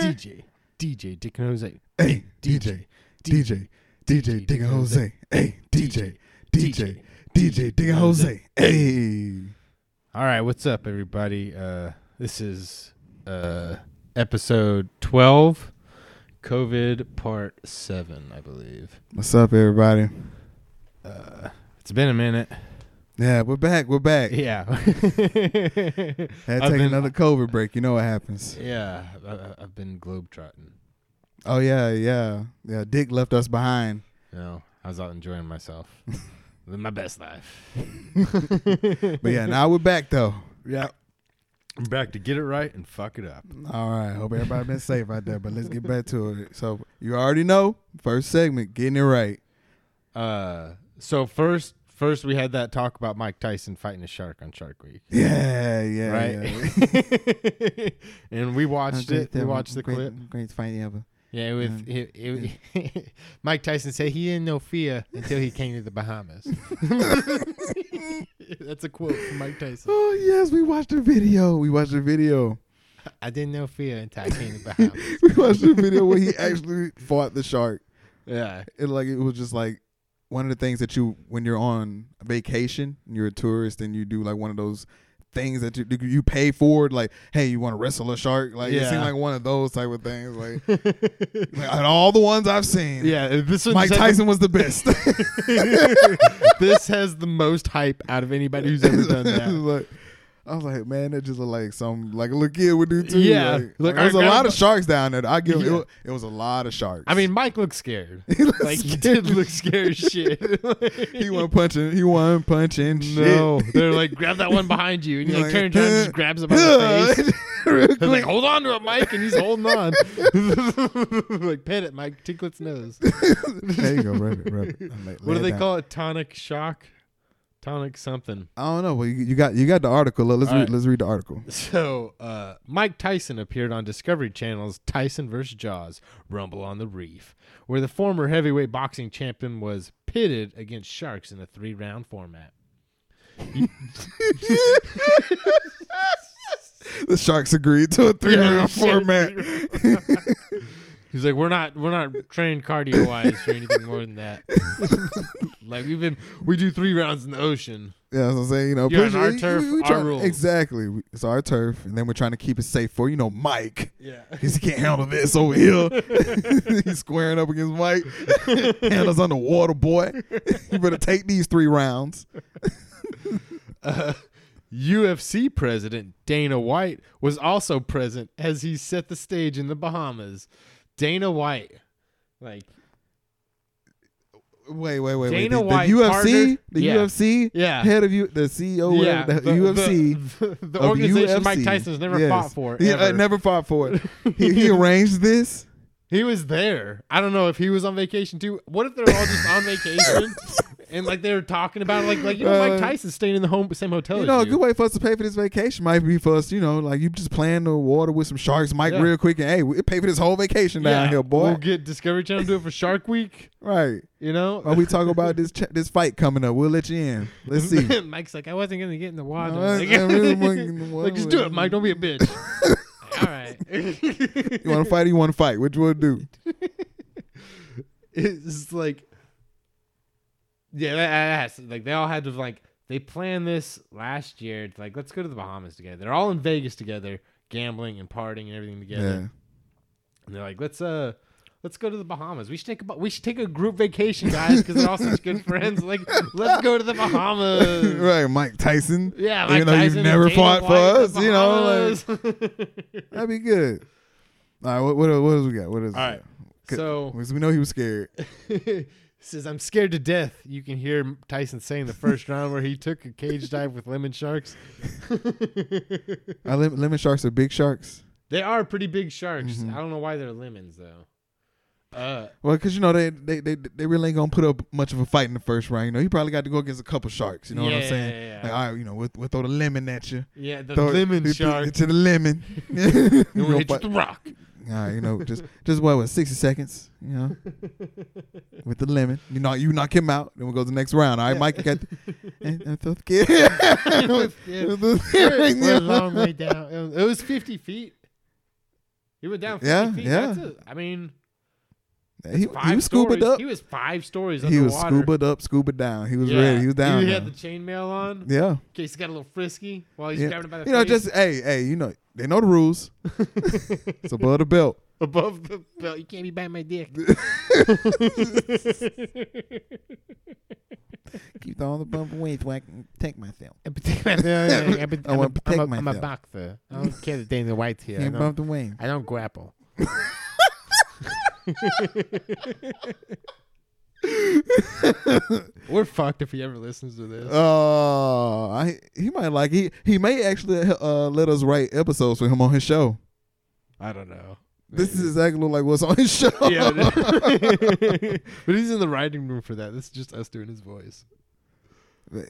DJ, DJ Dick and Jose. Hey, DJ, DJ, DJ, Dick and Jose. Hey, DJ, DJ, DJ, Dick and Jose. Hey. All right, what's up, everybody? Uh, this is uh, episode 12, COVID part 7, I believe. What's up, everybody? Uh, it's been a minute. Yeah, we're back. We're back. Yeah. Had to I've take been- another COVID break. You know what happens. Yeah, I- I, I've been globetrotting. Oh, yeah, yeah. Yeah, Dick left us behind. You know, I was out enjoying myself. Living my best life. But yeah, now we're back, though. Yeah. I'm back to get it right and fuck it up. All right. Hope everybody been safe out there, but let's get back to it. So you already know, first segment, getting it right. Uh, so first, first we had that talk about Mike Tyson fighting a shark on Shark Week, Yeah, yeah, yeah. right? and we watched it. We watched the Great- clip. Great fight ever. Yeah, with it, it, Mike Tyson said he didn't know fear until he came to the Bahamas. That's a quote from Mike Tyson. Oh yes, we watched the video. We watched the video. I didn't know fear until I came to Bahamas. We watched the video where he actually fought the shark. yeah, It like it was just like one of the things that you when you're on vacation, and you're a tourist, and you do like one of those things that you you pay for. Like, hey, you want to wrestle a shark? Like, it Yeah. seemed like one of those type of things. Like, like out of all the ones I've seen, yeah. This one Mike said- Tyson was the best. this has the most hype out of anybody who's ever done that. Like, I was like, man, that just looked like some like a little kid would do too. Yeah. like, Like, there was I a gotta lot of bu- sharks down there. I give Yeah. it, was, it was a lot of sharks. I mean, Mike looked scared. He looked like he scared. did look scared as shit. he wasn't punching. He wasn't punching. no, shit. they're like grab that one behind you, and he You're like, like, turns around and just grabs him by the face. Real quick. He's like, hold on to it, Mike, and he's holding on. like, pet it, Mike. Ticklet's nose. there you go, rub it, rub it. I'm like, "Oh." What lay do they down. call it? Tonic shock? Tonic something. I don't know. Well, you, you got you got the article. Look, Let's All read, right. let's read the article. So, uh, Mike Tyson appeared on Discovery Channel's Tyson vs. Jaws Rumble on the Reef, where the former heavyweight boxing champion was pitted against sharks in a three round format. The sharks agreed to a three round shit. format. He's like, we're not, we're not trained cardio wise for anything more than that. like we've been, we do three rounds in the ocean. Yeah, that's what I'm saying. You know, You're on push it. our We- turf, we our try- rules. Exactly. We- It's our turf, and then we're trying to keep it safe for you know Mike. Yeah. 'Cause he can't handle this over here. He's squaring up against Mike. Handles underwater, boy. you better take these three rounds. Uh, UFC president Dana White was also present as he set the stage in the Bahamas. Dana White, like Wait, wait, wait, wait. Dana The, the White UFC, Carter- the Yeah. UFC, Yeah. head of you, the CEO, yeah, whatever, the, UFC. the, the of organization UFC. Mike Tyson's never Yes. fought for. Yeah, ever. uh, never fought for it. he, he arranged this. He was there. I don't know if he was on vacation too. What if they're all just on vacation and like they were talking about it, like like you know Uh, Mike Tyson's staying in the home same hotel You know, a as good you. way for us to pay for this vacation might be for us, you know, like you just playing the water with some sharks, Mike, Yeah. real quick, and hey, we pay for this whole vacation down Yeah, here, boy. We'll get Discovery Channel to do it for Shark Week. right. You know, While we talk about this ch- this fight coming up, we'll let you in. Let's see. Mike's like, I wasn't gonna get in the water. No, I- like, I really wasn't getting in the like, just water. do it, Mike. Don't be a bitch. All right. You want to fight? Or you want to fight? Which we'll do. it's like yeah that, that has like they all had to like they planned this last year It's like let's go to the bahamas together they're all in vegas together gambling and partying and everything Yeah. together and they're like let's uh let's go to the bahamas we should take a bu- we should take a group vacation guys because they're all such good friends like let's go to the bahamas right, Mike Tyson. yeah Even though you've never fought for us, you know, like, know that'd be good. All right, what what what does we got? What is? All right, so Because we know he was scared. says I'm scared to death. You can hear Tyson saying the first round where he took a cage dive with lemon sharks. Are lem- lemon sharks are big sharks. they are pretty big sharks. Mm-hmm. I don't know why they're lemons though. Uh, Well, because you know they, they they they really ain't gonna put up much of a fight in the first round. You know, he probably got to go against a couple sharks. You know what Yeah, I'm saying? yeah, yeah. Like, all right, you know, we'll, we'll throw the lemon at you. yeah, the Throw it- lemon th- th- shark. to the lemon. You And we'll gonna hit you fight- with the rock. All right, you know, just just what was sixty seconds, you know, with the lemon. You knock you knock him out, then we go to the next round. All right, Mike, you got. The, and, and so scared. um, We're a long way down. It was 50 feet. He went down 50 Yeah, feet. yeah. That's a, I mean, He, he five was scuba stories. up. He was five stories He was underwater. scuba up, scuba down. He was Yeah. ready. He was down. He now. had the chainmail on. In yeah. case he got a little frisky while he's Yeah. grabbing him by the You know, face. just hey, hey, you know, they know the rules. it's above the belt. above the belt. You can't be biting my dick. Keep on the bump away so I can protect myself. I protect my- I protect- I I'm wanna a- protect I'm a- I'm a myself. boxer. I don't care that Dana White's here. I Can't don't- bump the wing. I don't grapple. We're fucked if he ever listens to this. Oh, I he might like he he may actually uh, let us write episodes with him on his show. I don't know. This is exactly like what's on his show. yeah, but he's in the writing room for that. This is just us doing his voice.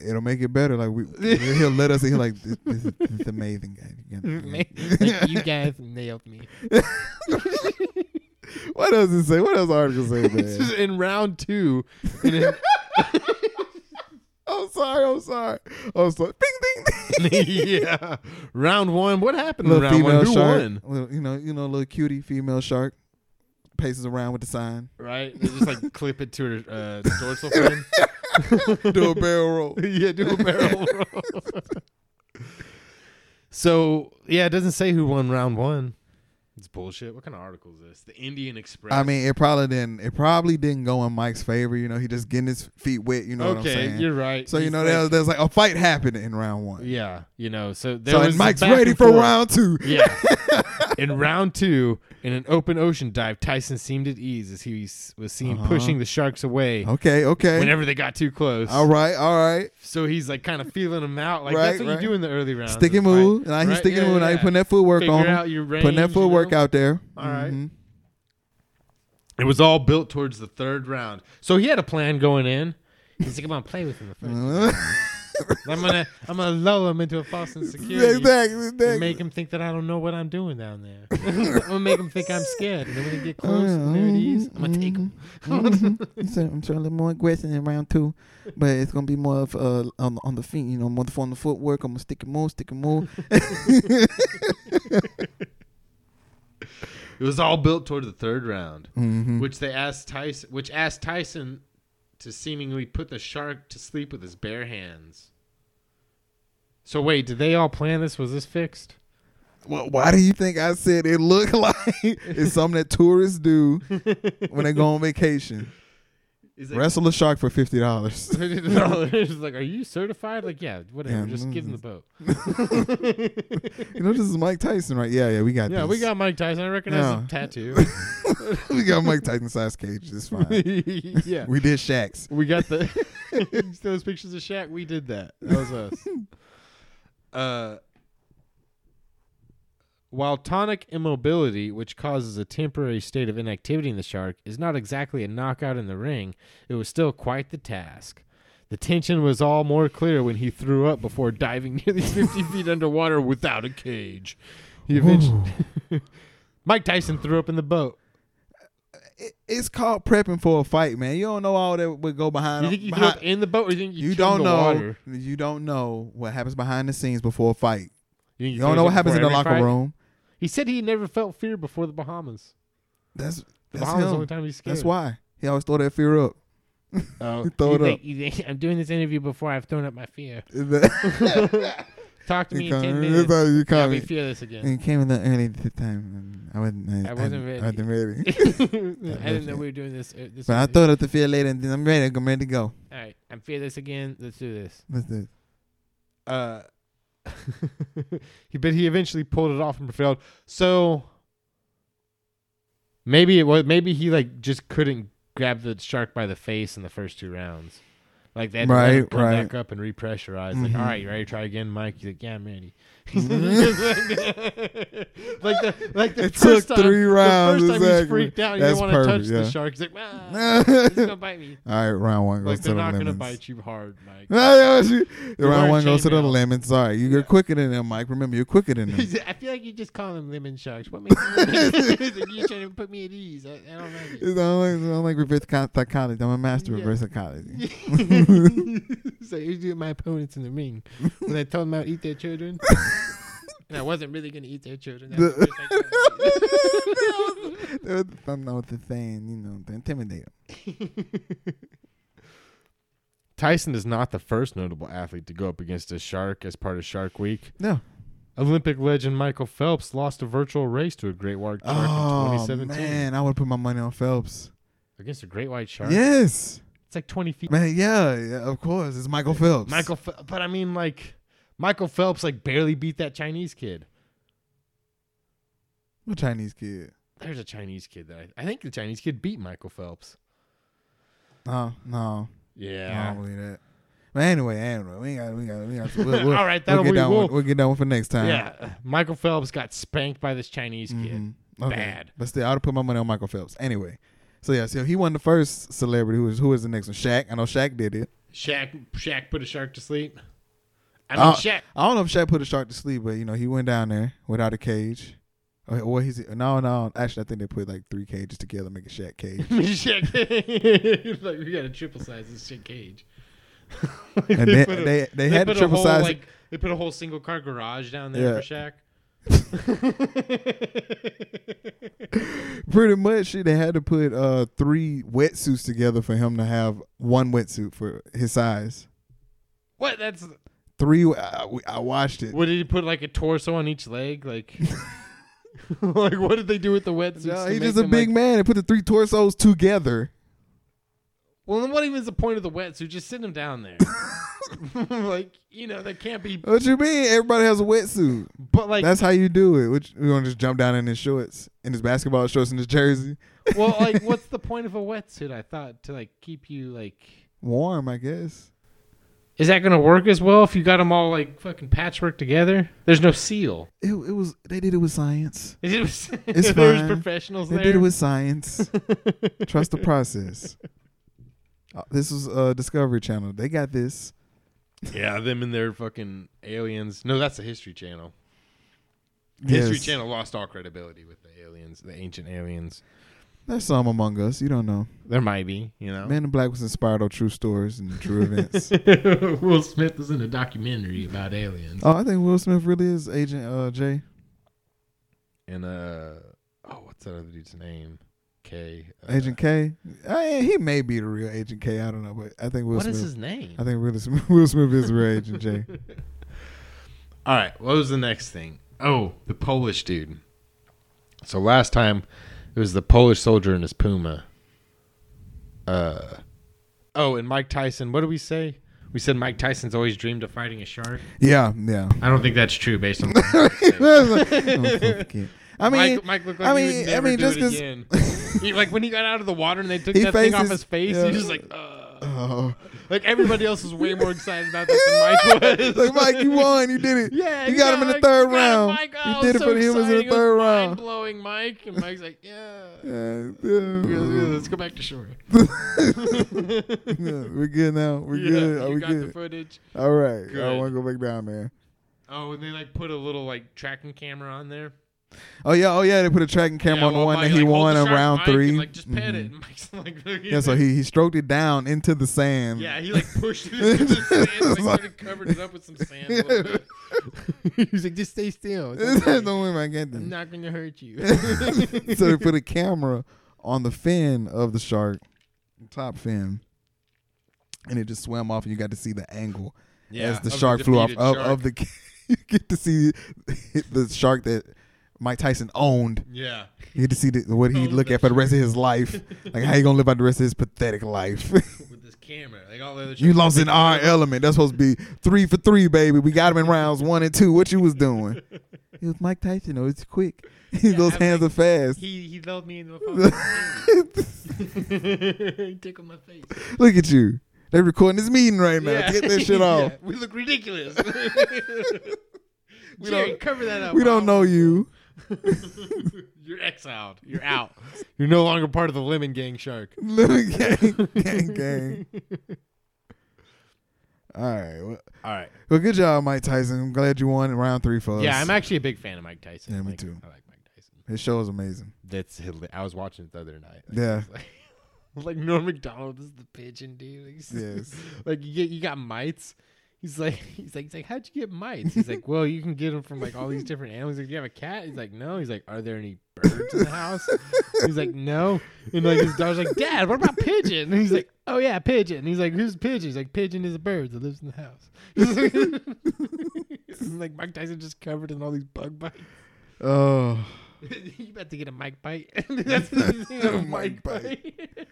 It'll make it better. Like we, he'll let us. He'll like this, this, is, this is amazing, guy. You gotta- Like, you guys nailed me. What else it say? What else article say, This is man? in round two. And then I'm sorry. I'm sorry. I'm sorry. Ding ding ding. yeah. Round one. What happened in Little round female one? Who shark. won? Little, you know, you know, little cutie female shark paces around with the sign. Right? They just like clip it to her uh, dorsal fin. Do a barrel roll. yeah, do a barrel roll. so, yeah, it doesn't say who won round one. It's bullshit. What kind of article is this? The Indian Express. I mean, it probably didn't. It probably didn't go in Mike's favor. You know, he just getting his feet wet. You know what I'm okay, saying? you're right. so you He's know like- there's there's like a fight happened in round one. Yeah, you know, so there so was and Mike's back ready and for forth. round two. Yeah. in round two, in an open ocean dive, Tyson seemed at ease as he s- was seen Uh-huh. pushing the sharks away Okay, okay. whenever they got too close. All right, all right. So he's like kind of feeling them out. Like Right, that's what right. you do in the early rounds. Stick and is, like, move. Now he's Right, sticking yeah, move. Now yeah. he's putting that footwork Figure on him. out your range. putting that footwork you know? out there. All right. Mhm. It was all built towards the third round. So he had a plan going in. He's like, "Come on, play with him the first. Mm-hmm. I'm gonna, I'm gonna lull him into a false insecurity." exactly. And exactly. make him think that I don't know what I'm doing down there. I'm gonna make him think I'm scared. And then when they get close, yeah. and there it is. I'm gonna mm-hmm. take him. Mhm. so I'm trying to be more aggressive in round two, but it's gonna be more of uh, on on the feet, you know, more on the footwork. I'm gonna stick and move, stick and move. It was all built toward the third round, Mhm. which they asked Tyson, which asked Tyson to seemingly put the shark to sleep with his bare hands. So wait, did they all plan this? Was this fixed? Well, why do you think I said it looked like it's something that tourists do when they go on vacation? Is it Wrestle a shark for fifty dollars. It's like, are you certified? Like, yeah, whatever. Yeah, just mm, give him the boat. You know, this is Mike Tyson, right? Yeah, yeah, we got. Yeah, this. we got Mike Tyson. I recognize Yeah. the tattoo. we got Mike Tyson size cage. It's fine. yeah, we did Shaq's. we got the those pictures of Shaq. We did that. That was us. Uh, while tonic immobility, which causes a temporary state of inactivity in the shark, is not exactly a knockout in the ring, it was still quite the task. The tension was all more clear when he threw up before diving nearly 50 feet underwater without a cage. He eventually. Mike Tyson threw up in the boat. It- It's called prepping for a fight, man. You don't know all that would go behind. You think you threw behind up in the boat, or you think you, you churned don't the know. Water? You don't know what happens behind the scenes before a fight. You, think You you don't threw know up what happens in the before every locker fight? room. He said he never felt fear before the Bahamas. That's The that's Bahamas the only him. time he's scared. That's why he always throw that fear up. Oh, He throw you it think- you think- I'm doing this interview before I've thrown up my fear. Talk to me You in ten come- minutes. that's how you I'll come. be fearless again. It came a little early this time. and I wasn't. I, I wasn't I wasn't ready. I didn't know we were doing this. Uh, this but I was- thought up the field later, and then I'm ready. I'm ready to go. All right, I'm fearless again. Let's do this. Let's do it. Uh, he but he eventually pulled it off and prevailed. So maybe it was maybe he like just couldn't grab the shark by the face in the first two rounds. Like that, Right, come right. back up and repressurize. Like, Mhm. all right, you ready to try again, Mike? He's like, yeah, I'm ready. like the like the Mm-hmm. It first took time, three rounds, The first time exactly. he's freaked out, you That's don't want to touch perfect, the yeah. shark. He's like, ah, it's gonna bite me. All right, round one goes Like to the they're not lemons. gonna bite you hard, Mike. No, no, she- the You round weren't one goes to the chainmail. lemons. All right, you're Yeah. quicker than them, Mike. Remember, you're quicker than them. He's- I feel like you just call them lemon sharks. What makes you He's like, you trying to put me at ease? I, I don't like It's not like, it's not like reverse psych- psychology. I'm a master of Yeah. reverse psychology. it. so you do my opponents in the ring when I told them I would eat their children, and I wasn't really going to eat their children. That was the first I I'm not the thing, you know, to intimidate him. Tyson is not the first notable athlete to go up against a shark as part of Shark Week. No. Olympic legend Michael Phelps lost a virtual race to a great white shark in Oh 2017. man, I would put my money on Phelps. Against a great white shark? Yes, It's like 20 feet. man. Yeah, yeah, of course. It's Michael Phelps. Michael, Ph- but I mean, like, Michael Phelps, like, barely beat that Chinese kid. I'm a Chinese kid. There's a Chinese kid that I, I think the Chinese kid beat Michael Phelps. No, no, I Yeah. don't believe that. But anyway, anyway, we got, we got, we got. We'll, we'll, All right, that'll we'll get be that we'll, one. We'll get that one for next time. Yeah. Michael Phelps got spanked by this Chinese kid. Mhm. Okay. Bad. But still, I would put my money on Michael Phelps. Anyway, so yeah, so he won the first celebrity. Who was who was the next one? Shaq. I know Shaq did it. Shaq, Shaq put a shark to sleep. I mean, Oh. Shaq. I don't know if Shaq put a shark to sleep, but you know he went down there without a cage. Or, or he's no, no. Actually, I think they put like three cages together, make a Shaq cage. Shaq. like, we got a triple size this shit cage. Like, And they put a- they, they had the put a triple whole, size. Like, they put a whole single car garage down there for Shaq. pretty much, shit, they had to put uh three wetsuits together for him to have one wetsuit for his size. what? That's. Three. I, I watched it. What did he put like a torso on each leg? Like, like what did they do with the wetsuits? No, to he's make just a them, big Like, man and put the three torsos together. well, then what even is the point of the wetsuit? Just send him down there. like, you know, that can't be. What you mean? Everybody has a wetsuit. But like, Uh, That's how you do it. Which you want to just jump down in his shorts, in his basketball shorts, in his jersey. well, like, what's the point of a wetsuit? I thought to like keep you like. Warm, I guess. Is that gonna work as well if you got them all like fucking patchwork together? There's no seal. It, it was. They did it with science. It was, It's there's fine. professionals They there. did it with science. Trust the process. Uh, This was uh, Discovery Channel. They got this. yeah, them and their fucking aliens. No, that's the History Channel. History Yes. Channel lost all credibility with the aliens, the ancient aliens. There's some among us. You don't know. There might be, you know. Man in Black was inspired on true stories and true events. Will Smith was in a documentary about aliens. Oh, I think Will Smith really is Agent uh, J. And uh, oh, what's that other dude's name? K. Uh, Agent K. I, he may be the real Agent K. I don't know, but I think Will What Smith. is his name? I think Will Smith, Will Smith is the real Agent J. All right, what was the next thing? Oh, the Polish dude. So last time it was the Polish soldier and his puma. Uh Oh, and Mike Tyson, what did we say? We said Mike Tyson's always dreamed of fighting a shark. Yeah, yeah. Oh, I don't think that's true based on I mean, Mike, Mike looked like I he mean, would I never mean, do just it because. again. He- like when he got out of the water and they took He that thing off faces- his face, yeah. he was just like, Ugh. Oh. like everybody else was way more excited about this than Mike was. Like Mike, you won, you did it. Yeah, you got him in the like, third you got round. him, Mike. Oh, you did it so for the humans in exciting. the third round. Blowing Mike, and Mike's like, yeah. Yeah, Let's yeah. let's go back to shore. Yeah, we're good now. We're Yeah, good. Are you we got the good? footage. All right. I Good. want to go back down there. Oh, and they like put a little like tracking camera on there. Oh yeah. Oh yeah. They put a tracking camera Yeah, on the while one Mike, that he like, won holds in the shark round mic three. And, like just pet it. Mhm. And Mike's like, look at Yeah. So it. he he stroked it down into the sand. Yeah, he like pushed it into the sand, like, It's like- sort of covered it up with some sand. A little bit. He's like, just stay still. It's There's okay. no way I get this. I'm not gonna hurt you. so they put a camera on the fin of the shark, top fin, and it just swam off, and you got to see the angle as the of shark flew off defeated of, shark. of the. You get to see the shark that Mike Tyson owned. Yeah. You get to see the, what he'd Owned look the at for the rest of his life. Like how you gonna live out the rest of his pathetic life? with this camera. Like all the other you shows, lost like, in our element. That's supposed to be three for three, baby. We got him in rounds one and two. What you was doing? It was Mike Tyson. Oh, it's quick. Those I hands are fast. He he lulled me into a phone. he tickled my face. Look at you. They recording this meeting right now. Get that shit off. Yeah, we look ridiculous. we don't- don't cover that up. We don't know you. You're exiled. You're out. You're no longer part of the Lemon Gang Shark. Look, gang, gang, gang. All right. Well, All right. well, good job, Mike Tyson. I'm glad you won in round three for us. Yeah, I'm actually a big fan of Mike Tyson. Yeah, me Like, too. I like Mike Tyson. His show is amazing. That's hilarious. I was watching it the other night. Like, Yeah. it's Like, like Norm Macdonald is the pigeon dude. Like, he's- Yes. like you get you got mites. He's like he's like he's like how'd you get mites? He's like well you can get them from like all these different animals. He's Like, do you have a cat? He's like no. He's like are there any birds in the house? he's like, no. And like his daughter's like, Dad, what about pigeon? And he's like, oh yeah, pigeon. And he's like, who's pigeon? He's like, pigeon is a bird that lives in the house. It's like Mike Tyson just covered in all these bug bites. Oh, you about to get a mic bite. That's the thing of a mic Mic bite. bite.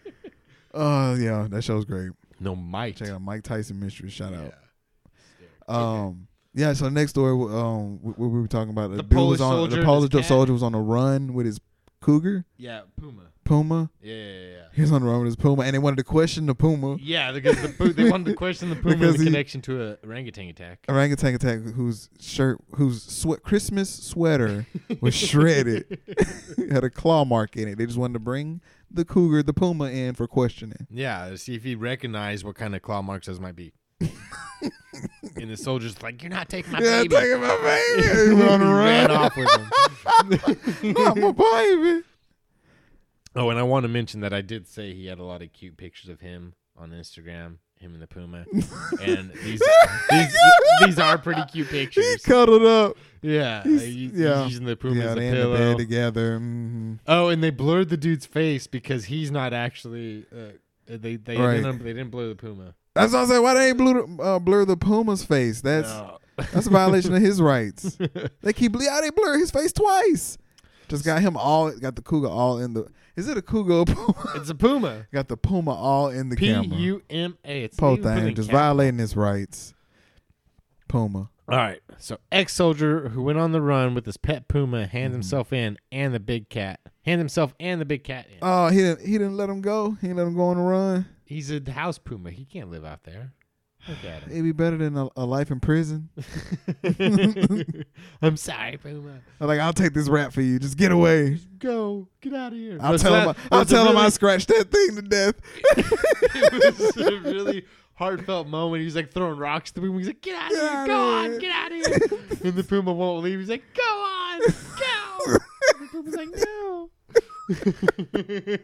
oh yeah, that show's great. no mic. Check out Mike Tyson mystery. Shout out. Okay. Um, yeah. So next story, um, what we were talking about, The dude was Polish on- soldier the and Polish his cat. soldier was on a run with his cougar Yeah, Puma. puma. Yeah, yeah, yeah. He was on a run with his puma, and they wanted to question the puma Yeah, because the poo- they wanted to question the puma in Because the he- connection to a orangutan attack. orangutan attack whose shirt, whose sweat Christmas sweater was shredded, had a claw mark in it. They just wanted to bring the cougar, the puma, in for questioning. Yeah, to see if he recognized what kind of claw marks those might be. and the soldier's like, "You're not taking my Yeah, baby." taking my baby. He went on a He ran run. off with him. Not my baby. Oh, and I want to mention that I did say he had a lot of cute pictures of him on Instagram, him and the puma, and these these these are pretty cute He pictures. cuddled up. Yeah, He's- he- he's yeah. using the puma yeah, as a they in the bed pillow. together. Mhm. Oh, and they blurred the dude's face because he's not actually. Uh, they they Right. didn't, they didn't blur the puma. That's what I said. Why they ain't blur, uh, blur the Puma's face? That's that's a violation of his rights. No. They keep yeah, they blur his face twice. Just got him all got the cougar all in the. Is it a cougar? Or puma? it's a puma. got the puma all in the P camera. U M A. It's Po even put thing in just cap- violating his rights. Puma. All right. So, ex soldier who went on the run with his pet puma, hand Mm-hmm. himself in, and the big cat, hand himself and the big cat in. Oh, he didn't. He didn't let him go. He didn't let him go on the run. He's a house puma. He can't live out there. Look at him. It'd be better than a, a life in prison. I'm sorry, puma. I'm like I'll take this rap for you. Just get away. Go get out of here. I'll Was tell that- him. I- I'll was it tell him I really- scratched that thing to death. it was a really heartfelt moment. He's like throwing rocks to the puma. He's like, "Get out of Get here! outta Go on! here." Get out of here!" and the puma won't leave. He's like, "Go on! Go!" And the puma's like, "No." No,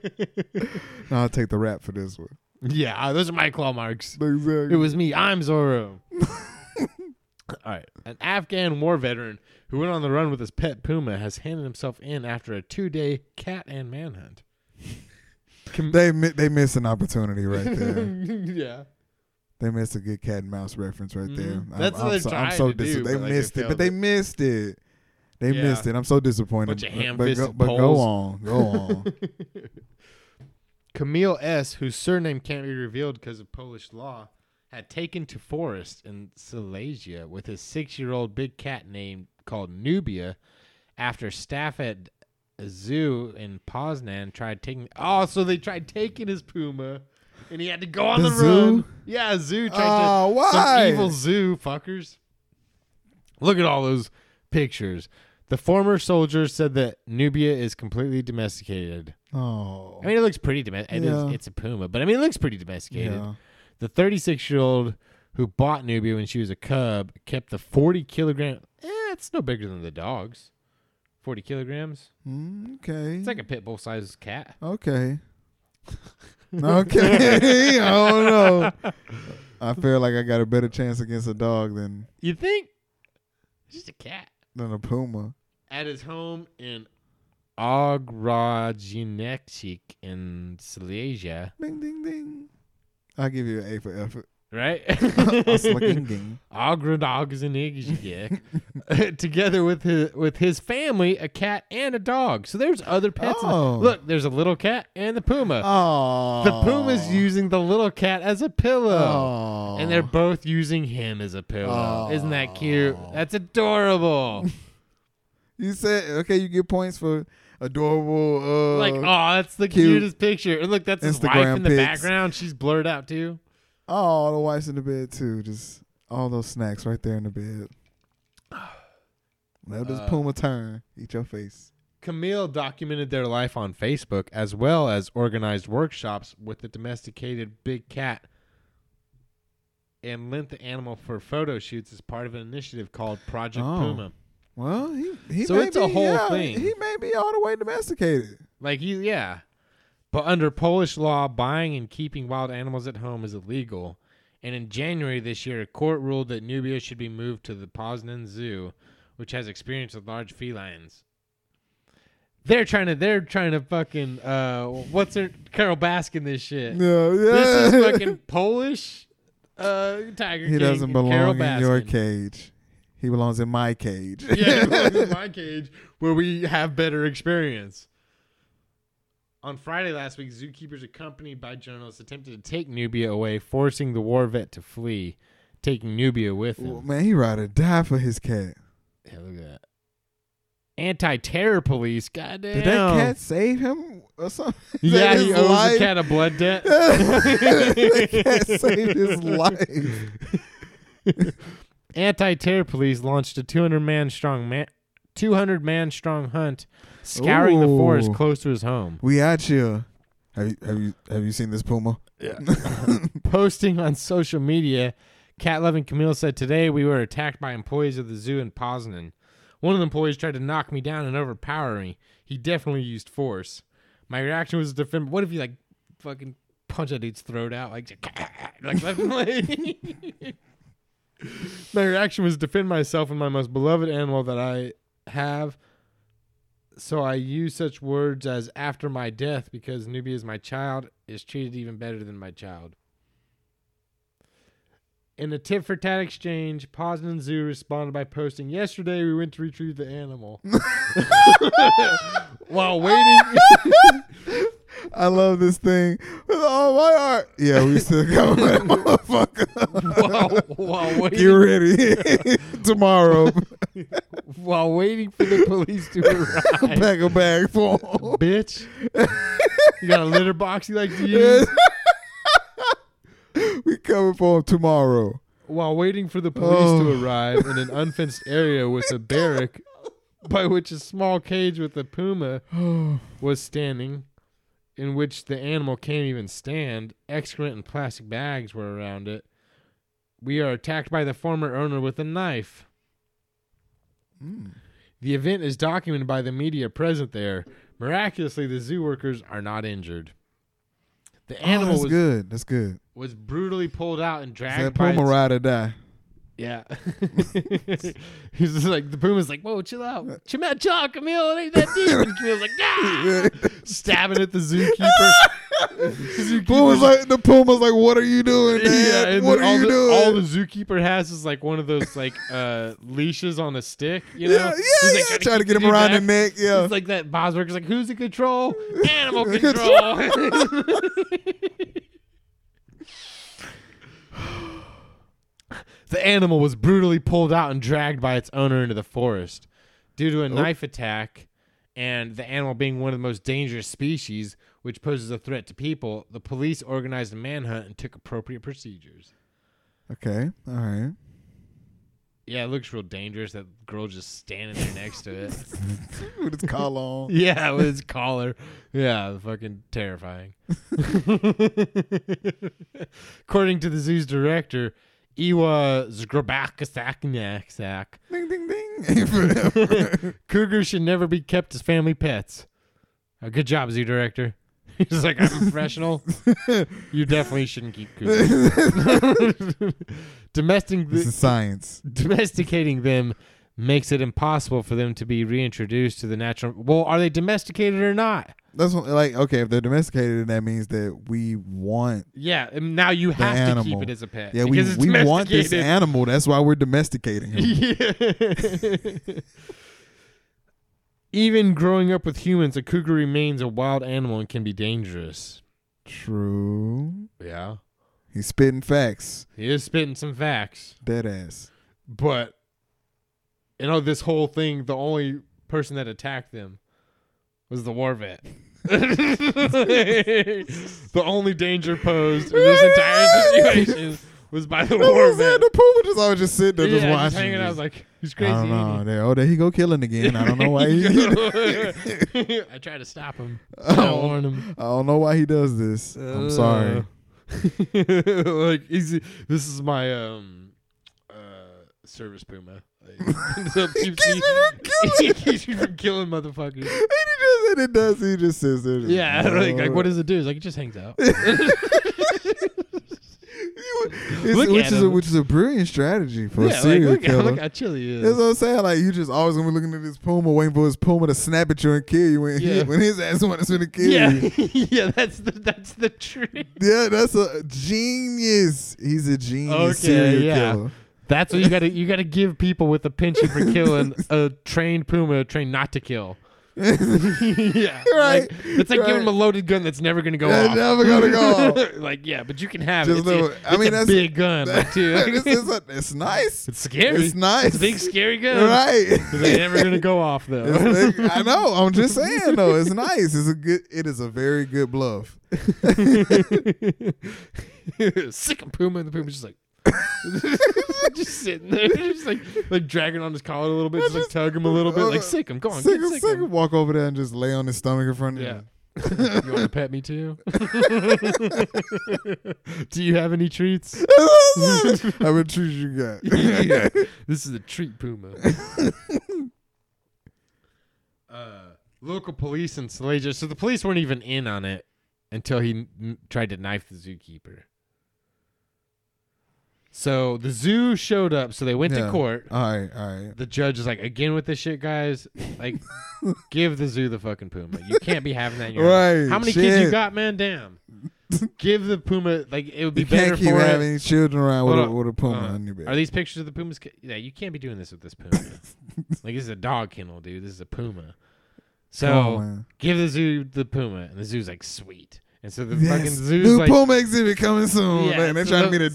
I'll take the rap for this one. yeah, uh, those are my claw marks. It Exactly. was me. I'm Zorro. All right. An Afghan war veteran who went on the run with his pet puma has handed himself in after a two-day cat and manhunt. Com- They mi- they missed an opportunity right there. yeah. they missed a good cat and mouse reference right there. Mhm. That's what they're so, trying to do, dis- They but, like, they missed it, but failed they it. missed it. They Yeah. missed it. I'm so disappointed. Bunch of But- ham-fisted but, go, but go poles. on, go on. Camille S., whose surname can't be revealed because of Polish law, had taken to forest in Silesia with his six-year-old big cat named called Nubia, after staff at a zoo in Poznan tried taking. Oh, so they tried taking his puma, and he had to go on The the, zoo? run. Yeah, a zoo tried Ah, to why? some evil zoo fuckers. Look at all those pictures. The former soldier said that Nubia is completely domesticated. oh, I mean, it looks pretty domesticated. Yeah. It's a puma, but I mean, it looks pretty domesticated. yeah. The 36 year old who bought Nubia when she was a cub kept the 40 kilogram. Eh, it's no bigger than the dogs. 40 kilograms. Mm, okay. It's like a pit bull sized cat. okay. okay. I don't know. I feel like I got a better chance against a dog than You think? It's just a cat. than a puma. At his home in Ogrodzieniec in Silesia, Ding ding ding. I'll give you an A for effort. right? Oslinging. Ogrodogzinigiek, together with his with his family, a cat and a dog. So there's other pets. in the- Oh. Look, there's a little cat and the puma. Oh. The puma's using the little cat as a pillow. Oh. And they're both using him as a pillow. Isn't that cute? Oh. That's adorable. You said okay. You get points for adorable. Uh, like, oh, that's the cute. cutest picture. And look, that's his wife Instagram in the pics. background. She's blurred out too. oh, the wife's in the bed too. Just all those snacks right there in the bed. Let this Uh, puma turn. Eat your face. Camille documented their life on Facebook as well as organized workshops with the domesticated big cat and lent the animal for photo shoots as part of an initiative called Project Oh. Puma. Well, he, he So may it's a be- whole yeah, thing. He may be all the way domesticated. Like he yeah. But under Polish law, buying and keeping wild animals at home is illegal. And in January this year, a court ruled that Nubia should be moved to the Poznan Zoo, which has experience with large felines. They're trying to they're trying to fucking uh what's her Carol Baskin this shit. No, yeah. This is fucking Polish uh Tiger King. He doesn't and belong Carol in Baskin. your cage. He belongs in my cage. yeah, it belongs in my cage where we have better experience. On Friday last week, zookeepers accompanied by journalists attempted to take Nubia away, forcing the war vet to flee, taking Nubia with him. Well, man, he ride or die for his cat. Yeah, look at that. Anti-terror police. Goddamn. Did that cat save him or something? yeah, His he owes life? the cat a blood debt. that cat saved his life. Anti-terror police launched a 200 man strong man 200 man strong hunt scouring the forest Ooh. close to his home. We out you. Have you have you have you seen this puma? Yeah. Posting on social media, cat loving Camille said today we were attacked by employees of the zoo in Poznan. One of the employees tried to knock me down and overpower me. He definitely used force. My reaction was to defend. What if you like fucking punch that dude's throat out like, like left and right? my reaction was to defend myself and my most beloved animal that I have. So I use such words as after my death because Nubia is my child, is treated even better than my child. In a tit for tat exchange, Poznan Zoo responded by posting, Yesterday we went to retrieve the animal. While waiting. I love this thing with all my heart. Yeah, we still got that motherfucker. while, while Get waiting ready tomorrow. while waiting for the police to arrive. Pack a bag for him. Bitch. You got a litter box you like to use? we coming for him tomorrow. while waiting for the police Oh. to arrive in an unfenced area with a barrack by which a small cage with a puma was standing in which the animal can't even stand excrement and plastic bags were around it we are attacked by the former owner with a knife Hmm. the event is documented by the media present there miraculously the zoo workers are not injured the Oh, animal that's was, good. That's good. was brutally pulled out and Is dragged that by Puma its- ride or die. yeah. He's just like, the Puma's like, whoa, chill out. Chill out, chill out, Camille. It ain't that deep. And Camille's like, ah! Stabbing at the zookeeper. The Puma's zookeeper's- like the Puma's like, what are you doing, yeah, Dad? and what then are all you the, doing? All the zookeeper has is like one of those like uh leashes on a stick, you know? yeah, yeah, He's, yeah. like, Trying to get him around the back. neck. Yeah. It's like that Bob's worker's like, who's in control? Animal Control. control. the animal was brutally pulled out and dragged by its owner into the forest. Due to a knife attack and the animal being one of the most dangerous species, which poses a threat to people, the police organized a manhunt and took appropriate procedures. okay. All right. Yeah, it looks real dangerous. That girl just standing there next to it. With his collar on. Yeah, with his collar. Yeah, fucking terrifying. According to the zoo's director, Iwa Zgrabakasaknaksak, Ding ding ding. Forever. cougars should never be kept as family pets. Uh, good job, zoo director. He's like, I'm a professional. you definitely shouldn't keep cougars. Domestic, this is science. domesticating them makes it impossible for them to be reintroduced to the natural. Well, are they domesticated or not? That's what, like okay. If they're domesticated, then that means that we want. Yeah, and now you have to animal. keep it as a pet. Yeah, because we, it's we want this domesticated. animal. That's why we're domesticating him. Yeah. Even growing up with humans, a cougar remains a wild animal and can be dangerous. True. Yeah. He's spitting facts. He is spitting some facts. Dead ass. But you know this whole thing, the only person that attacked them was the war vet. the only danger posed in this entire situation was by the That's what war I'm vet. saying. The Puma just always just sitting there, just yeah, watching. just hanging out. I was this. like, he's I crazy. ain't don't he? know. There, oh, there he go killing again. I don't know why. He, I try to stop him. I don't warn him. I don't know why he does this. Oh. I'm Uh. sorry. like he's, this is my um uh service puma. Like, so He keeps keeps me- me from killing. he keeps me from killing motherfuckers. And he just and it does. He just sits there. just, Yeah, like, like "Oh." what does it do? It's like it just hangs out. You, It's- Look which at is a, him. which is a brilliant strategy for yeah, a like, serial look, how, killer. look how chill he is. That's what I'm saying. Like you just always gonna be looking at this puma, waiting for his puma to snap at you and kill you when he, Yeah. when his ass wants to kill yeah, you. yeah, that's the that's the trick. Yeah, that's a genius. He's a genius Okay, serial yeah. killer. That's what you gotta you gotta give people with a penchant for killing a trained puma, trained not to kill. yeah, Right, Like, it's like giving right. him a loaded gun that's never gonna go That's off. never gonna go off. like yeah, but you can have Just it. It's, little- a, I mean, it's a that's- big gun like, too. This is a- it's nice. it's scary. It's nice. It's a big scary gun. Right. They're never gonna go off though. It's big. I know. I'm just saying though. It's nice. It's a good. It is a very good bluff. Sick of Puma, and the Puma's just like. just sitting there, just like like dragging on his collar a little bit, just like tug him a little bit, like sick him, go on, Uh, Sick, get sick, sick. him. Walk over there and just lay on his stomach in front of Yeah. you. you want to pet me too? Do you have any treats? I would choose you got. Yeah. This is a treat, Puma. uh, local police in Salaja. So the police weren't even in on it until he n- tried to knife the zookeeper. So the zoo showed up. So they went Yeah. to court. All right, all right. The judge is like, again with this shit, guys. Like, give the zoo the fucking puma. You can't be having that. In your house. Right. How many kids you shit. got, man? Damn. Give the puma like it would be You better can't keep for it. having children around with Hold a, on. with a puma Uh, on your Are bed. these pictures of the pumas? Ca- yeah, you can't be doing this with this puma. like this is a dog kennel, dude. This is a puma. So Come on, man. give the zoo the puma, and the zoo's like sweet. And so the fucking Yes. zoo's New like Puma exhibit coming soon. Yeah, man. They're so trying to the- meet a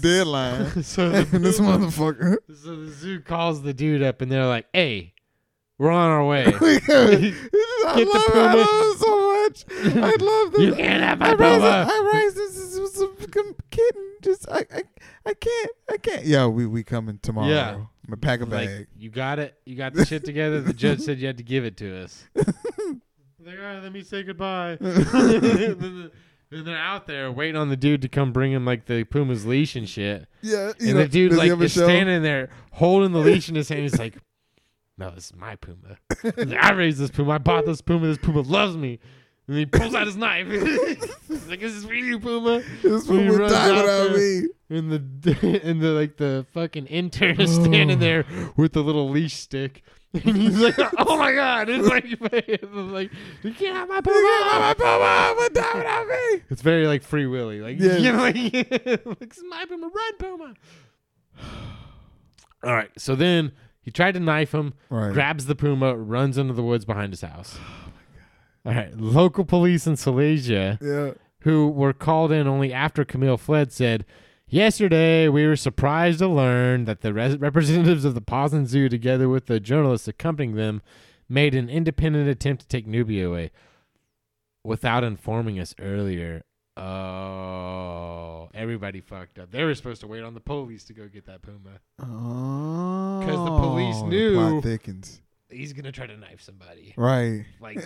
deadline. so the and this puma- motherfucker. So the zoo calls the dude up, and they're like, "Hey, we're on our way. We got- I Get the love it. I love it so much. I love this. you can't have my I raised, a, puma." I raised this, this was a fucking kitten. Just I, I, I can't, I can't. Yeah, we we coming tomorrow. Yeah. I'm gonna pack a Like, bag. you got it. You got the shit together. The judge said you had to give it to us. They're like, all right, let me say goodbye. then they're out there waiting on the dude to come bring him like the Puma's leash and shit. yeah, you And know, the dude does he like have a is show? standing there holding the leash in his hand. He's like, "No, this is my Puma. He's like, I raised this Puma. I bought this Puma. This Puma loves me." And he pulls out his knife. He's like, "This is for you, Puma." This When he woman runs died out without there. me. And the and the like the fucking intern is standing there with the little leash stick. And he's like, "Oh my god!" It's like, it's like you can't have my You can't Puma. have my Puma. Woman died without me. It's very like Free Willy. Like, Yes. you know, like, it's my Puma, run, Puma. All right. So then he tried to knife him, Right. Oh grabs the Puma, runs into the woods behind his house. All right. Local police in Silesia, Yeah. who were called in only after Camille fled, said, Yesterday, we were surprised to learn that the res- representatives of the Poznan Zoo, together with the journalists accompanying them, made an independent attempt to take Nubia away without informing us earlier. Oh, everybody fucked up. They were supposed to wait on the police to go get that puma. Oh. the police The knew- plot thickens. He's gonna try to knife somebody. Right. Like,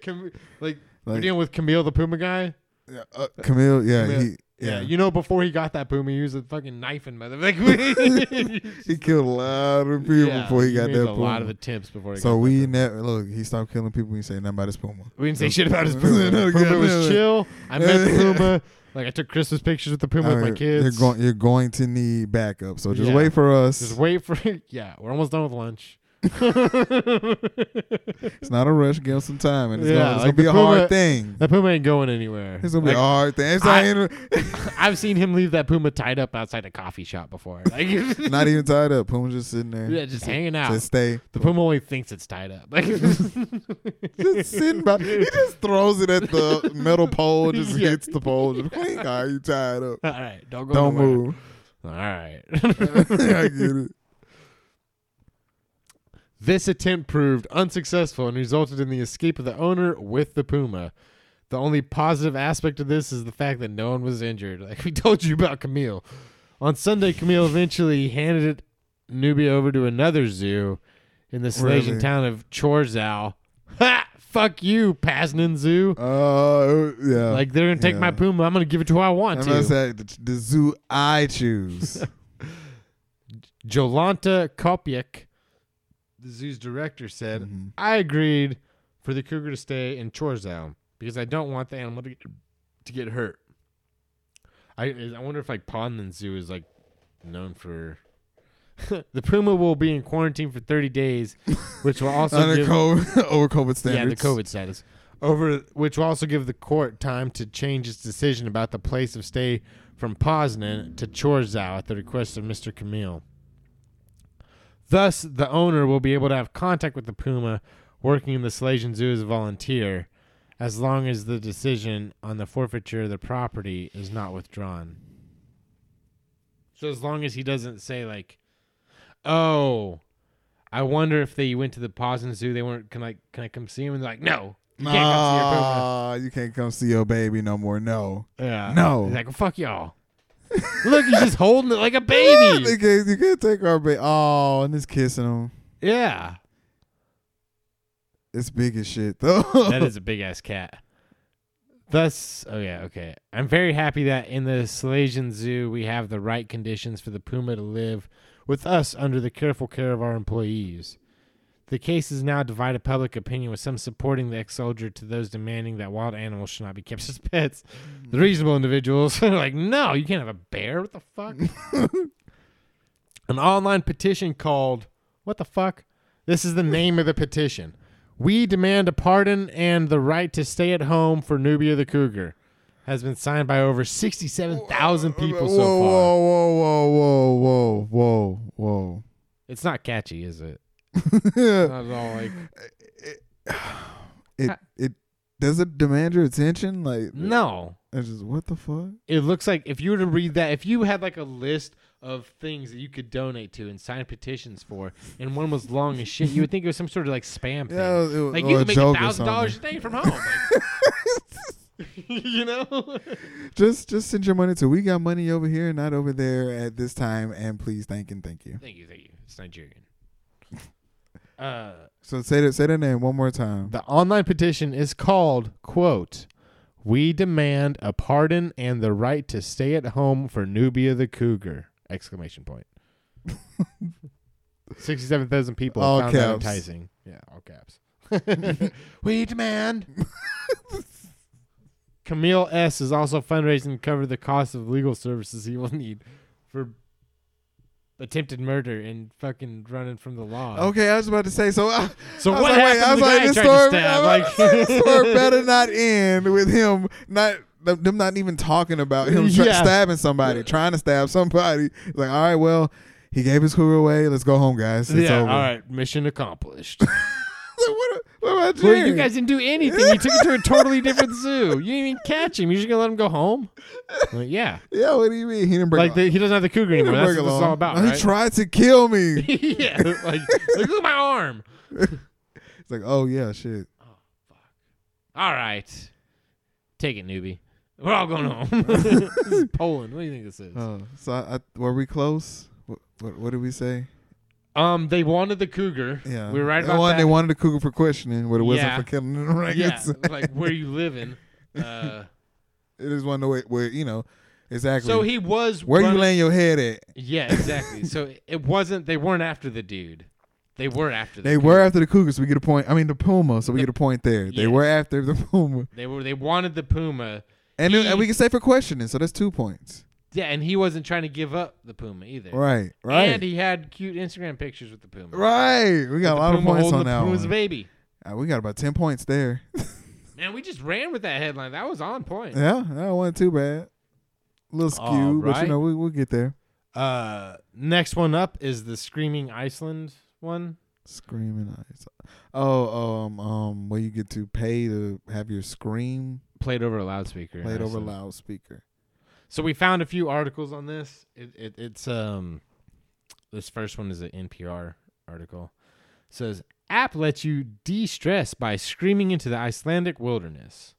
Cam- like we're Like- dealing with Camille the puma guy. Yeah, uh, Camille. Yeah. Camille. He, Yeah. yeah. you know, before he got that puma, he was a fucking knife and mother. Like, we- he killed a lot of people Yeah, before he, got made that. a Puma. lot of attempts before. He So got we that puma. never look. He stopped killing people. We say nothing about his Puma. we didn't say shit about his No, puma. The puma was goddamn it. chill. I met the puma. Like I took Christmas pictures with the puma with my Uh, kids. You're going. You're going to need backup. So just Yeah. wait for us. Just wait for yeah. We're almost done with lunch. it's not a rush. Give us some time, and it's Yeah, gonna, like it's gonna be the a Puma- hard thing. That puma ain't going anywhere. It's gonna be a Like, hard thing. It's I- not, I've seen him leave that puma tied up outside a coffee shop before. Like, even, not even tied up. Puma's just sitting there. yeah, just hanging out. Just stay. the puma only thinks it's tied up. Like, Just sitting by. He just throws it at the metal pole. Just Yeah. hits the pole. Just clink. Are you tied up? all right, don't go. Don't nowhere. move. All right. I get it. This attempt proved unsuccessful and resulted in the escape of the owner with the puma. The only positive aspect of this is the fact that no one was injured. Like we told you about Camille. On Sunday, Camille eventually handed Nubia over to another zoo in the Silesian Really? town of Chorzal. Ha! Fuck you, Pasnan Zoo. Oh yeah. Like they're gonna take yeah. my puma. I'm gonna give it to who I want I'm to. gonna say the, the zoo I choose. Jolanta Kopiek, the zoo's director, said, Mhm. I agreed for the cougar to stay in Chorzal because I don't want the animal to get, to get hurt. I I wonder if like Pondland Zoo is like known for. the puma will be in quarantine for 30 days, which will also Under give, COVID, over COVID standards. Yeah, the COVID status. Over which will also give the court time to change its decision about the place of stay from Poznan to Chorzów at the request of Mr. Camille. Thus, the owner will be able to have contact with the puma working in the Salesian Zoo as a volunteer, as long as the decision on the forfeiture of the property is not withdrawn. So as long as he doesn't say like, "Oh, I wonder if they went to the Poznan Zoo, they weren't can I can I come see him?" And they're like, "No, you can't come Nah, Ah, you can't come see your baby no more. No. see your puma." Yeah, No. He's like, well, "Fuck y'all." Look, he's just holding it like a Yeah, baby. you, can't, you can't take our baby. Oh, and it's kissing him. yeah, It's big as shit, though. that is a big ass cat. Thus, oh yeah, okay. I'm very happy that in the Salesian Zoo we have the right conditions for the puma to live with us under the careful care of our employees. The case has now divided public opinion, with some supporting the ex soldier to those demanding that wild animals should not be kept as pets. The reasonable individuals are like, no, you can't have a bear. What the fuck? An online petition called, what the fuck? This is the name of the petition. We demand a pardon and the right to stay at home for Nubia the Cougar. Has been signed by over 67,000 people whoa, so far. Whoa, whoa, whoa, whoa, whoa, whoa, It's not catchy, is it? whoa. Not at all. Like it it does it demand your attention? Like no. It's just what the fuck? It looks like if you were to read that, if you had like a list of things that you could donate to and sign petitions for, and one was long as shit, you would think it was some sort of like spam thing. Yeah, it was, like or you a could make a joke or thousand dollars a something. day from home. like- you know? Just just send your money to we got money over here, not over there at this time, and please thank and thank you. thank you, thank you. It's Nigerian. Uh So say that say that name one more time. The online petition is called, quote, We demand a pardon and the right to stay at home for Nubia the Cougar. Exclamation point. Sixty seven thousand people All found that caps. enticing. Yeah, all caps. we demand Camille S is also fundraising to cover the cost of legal services he will need for attempted murder and fucking running from the law. Okay, I was about to say. So, I, So I was what like, wait, happened I was to uh, the like, guy you this tried to story, stab? I was Like- like, this story better not end with him not them them not even talking about him tra- Yeah. stabbing somebody, Yeah. trying to stab somebody. Like, all right, well, he gave his cougar away. Let's go home, guys. It's yeah, over. all right, mission accomplished. So what, what about Well, Jerry? you guys didn't do anything. You took it to a totally different zoo. You didn't even catch him. You're just gonna let him go home? I'm like, yeah. yeah, what do you mean? He didn't break. Like the, he doesn't have the cougar he didn't anymore. That's break what this is along. all about, No, right? He tried to kill me. It's yeah. Like, like, look at my arm. like, oh yeah, shit. All right, take it, newbie. We're all going home. this is Poland. What do you think this is? Uh, so I, I, were we close? What, what, what did we say? Um, they wanted the cougar. Yeah, we were right They about wanted- that. They wanted the cougar for questioning, but it wasn't Yeah. for killing the yeah, orangutan. like where you living? Uh, It is one of the way where you know exactly. so he was where running- you laying your head at? Yeah, exactly. so it wasn't. They weren't after the dude. They were after. The They cougar. were after the Cougars. we get a point. I mean the Puma, so we get a point there. They Yeah. were after the Puma, They were. They wanted the puma. and then- He- and we can say for questioning, so that's two points. Yeah, and he wasn't trying to give up the puma either. Right, right, And he had cute Instagram pictures with the puma. right. We got The a lot of puma points holding on the that puma's one. baby. Uh, we got about ten points there. Man, we just ran with that headline. That was on point. yeah, that wasn't too bad. A little skewed, All but right. you know we, we'll get there. Uh, next one up is the Screaming Iceland one. Screaming eyes. Oh, um, um, where you get to pay to have your scream Played over a loudspeaker. in played over Iceland. loudspeaker. So we found a few articles on this. It, it, it's um, this first one is an NPR article. It says app lets you de-stress by screaming into the Icelandic wilderness.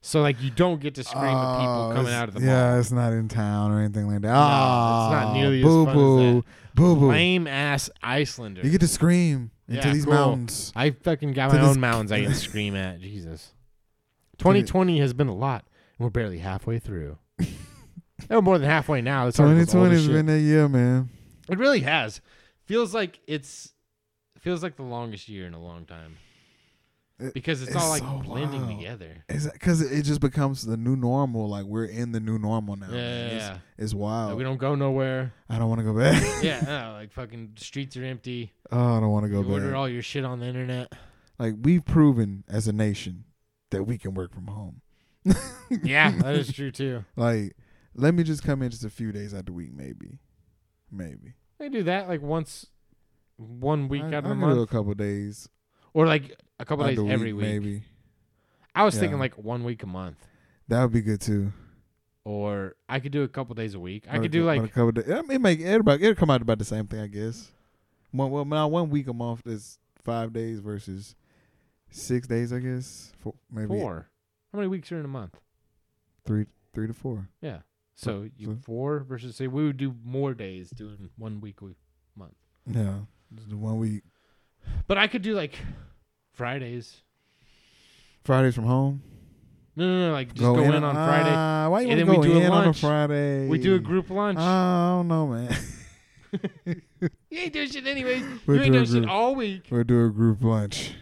So like you don't get to scream at people Oh, coming it's- out of the yeah, mall. it's not in town or anything like that. No, it's not Ah, nearly as boo fun as boo, boo boo. Lame ass Icelander. You get to scream into Yeah, these cool. mountains. I fucking got to my this- own mountains I can scream at. Jesus. 2020 has been a lot, and we're barely halfway through. no, more than halfway now. This article's old 2020 as has shit. been that year, man. It really has. Feels like it's feels like the longest year in a long time. It- because it's, it's all like so blending wild. together. Is because it just becomes the new normal? Like we're in the new normal now. Yeah, man. yeah, It's, yeah. it's Like, wild. we don't go nowhere. I don't want to go back. yeah, no, like fucking streets are empty. oh, I don't want to go you order back. all your shit on the internet. like we've proven as a nation that we can work from home. Yeah, that is true too. Like, let me just come in just a few days out the week, maybe, maybe. They do that like once, one week I, out of I the can month, do a couple days, or like a couple out days the every week. maybe. I was Yeah. thinking like one week a month, That would be good too. or I could do a couple days a week. I Or a could cou- do or a like couple days. I mean, it make everybody it'll come out about the same thing, I guess. One well, now one week a month is five days versus six days, I guess. Four, maybe four. How many weeks are in a month? three, three to four. Yeah. So you so- four versus say we would do more days doing one week a week. Yeah, just the one week. But I could do like Fridays. Fridays from home. No, no, no. Like just go, in, on Friday. Ah, why you and then want to we do go a in on a lunch. Friday? We do a group lunch. Ah, I don't know, man. you ain't doing shit anyways. We'll you ain't do doing a shit group. all week we'll do a group lunch.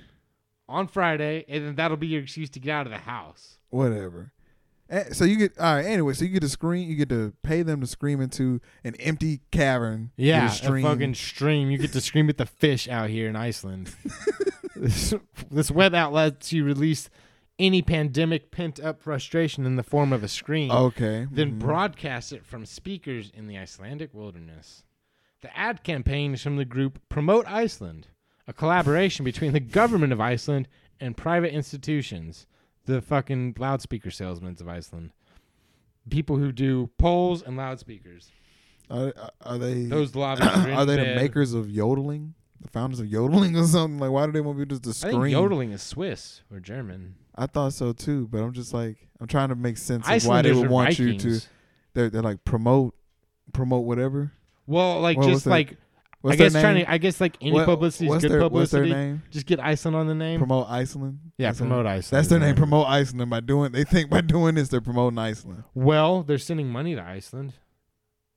on Friday, and then that'll be your excuse to get out of the house. whatever. Eh, So you get all right. Anyway, so you get to scream. You get to pay them to scream into an empty cavern. with Yeah, a stream. fucking stream. You get to scream at the fish out here in Iceland. this, this web outlet lets you release any pandemic pent up frustration in the form of a scream, Okay. then Mhm. broadcast it from speakers in the Icelandic wilderness. The ad campaign is from the group Promote Iceland, a collaboration between the government of Iceland and private institutions, the fucking loudspeaker salesmen of Iceland, people who do poles and loudspeakers. Are, are- are they Those lobbies are, in are they the bed. makers of yodeling? The founders of yodeling or something? Like, why do they want people just to I scream? think yodeling is Swiss or German. I thought so too, but I'm just like I'm trying to make sense of why they Icelanders would are want Vikings. you to. They're, they're like promote promote whatever. Well, like Well, what's just their- like What's I guess their name? trying to I guess like any What- publicity is what's good their, publicity. What's their name? Just get Iceland on the name. Promote Iceland. yeah, That's their- promote Iceland. That's their yeah. name. Promote Iceland by doing. They think by doing this, they're promoting Iceland. Well, they're sending money to Iceland.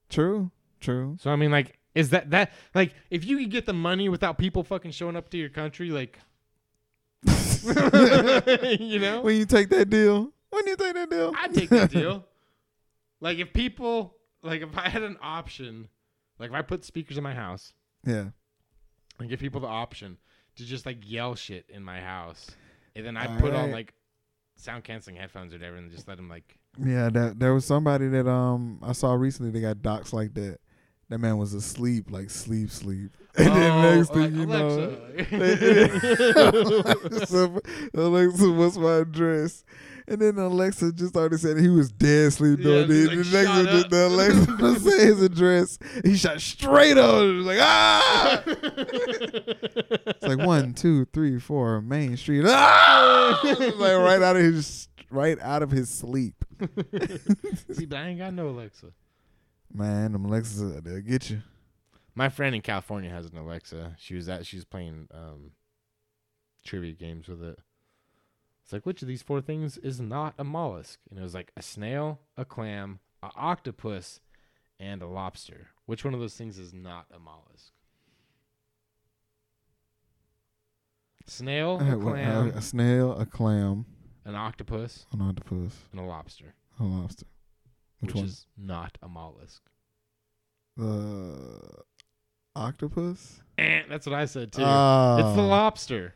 True. True. So I mean like is that that like if you could get the money without people fucking showing up to your country like you know? when you take that deal, when you take that deal, I'd take the deal. like if people like if I had an option, like if I put speakers in my house yeah. and give people the option to just like yell shit in my house, and then I put on Alright. like sound canceling headphones or whatever, and just let them like. Yeah, that there was somebody that um I saw recently they got docs like that. That man was asleep, like sleep, sleep. And then "Oh, next like, thing you know, Alexa. Alexa, Alexa, what's my address? And then Alexa just started saying he was dead asleep Yeah, doing he's this. like, the "Shut next one, up." the Alexa was saying his address. He shot straight up. It was like ah. It's like one, two, three, four, Main Street. Ah! It's like right out of his right out of his sleep. See, but I ain't got no Alexa. Man, them Lexus, they'll get you. My friend in California has an Alexa. She was at she's playing um, trivia games with it. It's like which of these four things is not a mollusk? And it was like a snail, a clam, a octopus, and a lobster. Which one of those things is not a mollusk? Snail, Uh, Oh, a what- uh, clam, a snail, a clam, an octopus, an octopus, and a lobster, a lobster. Which, which one? is not a mollusk. The Uh, octopus? Eh, that's what I said too. Ah. it's the lobster.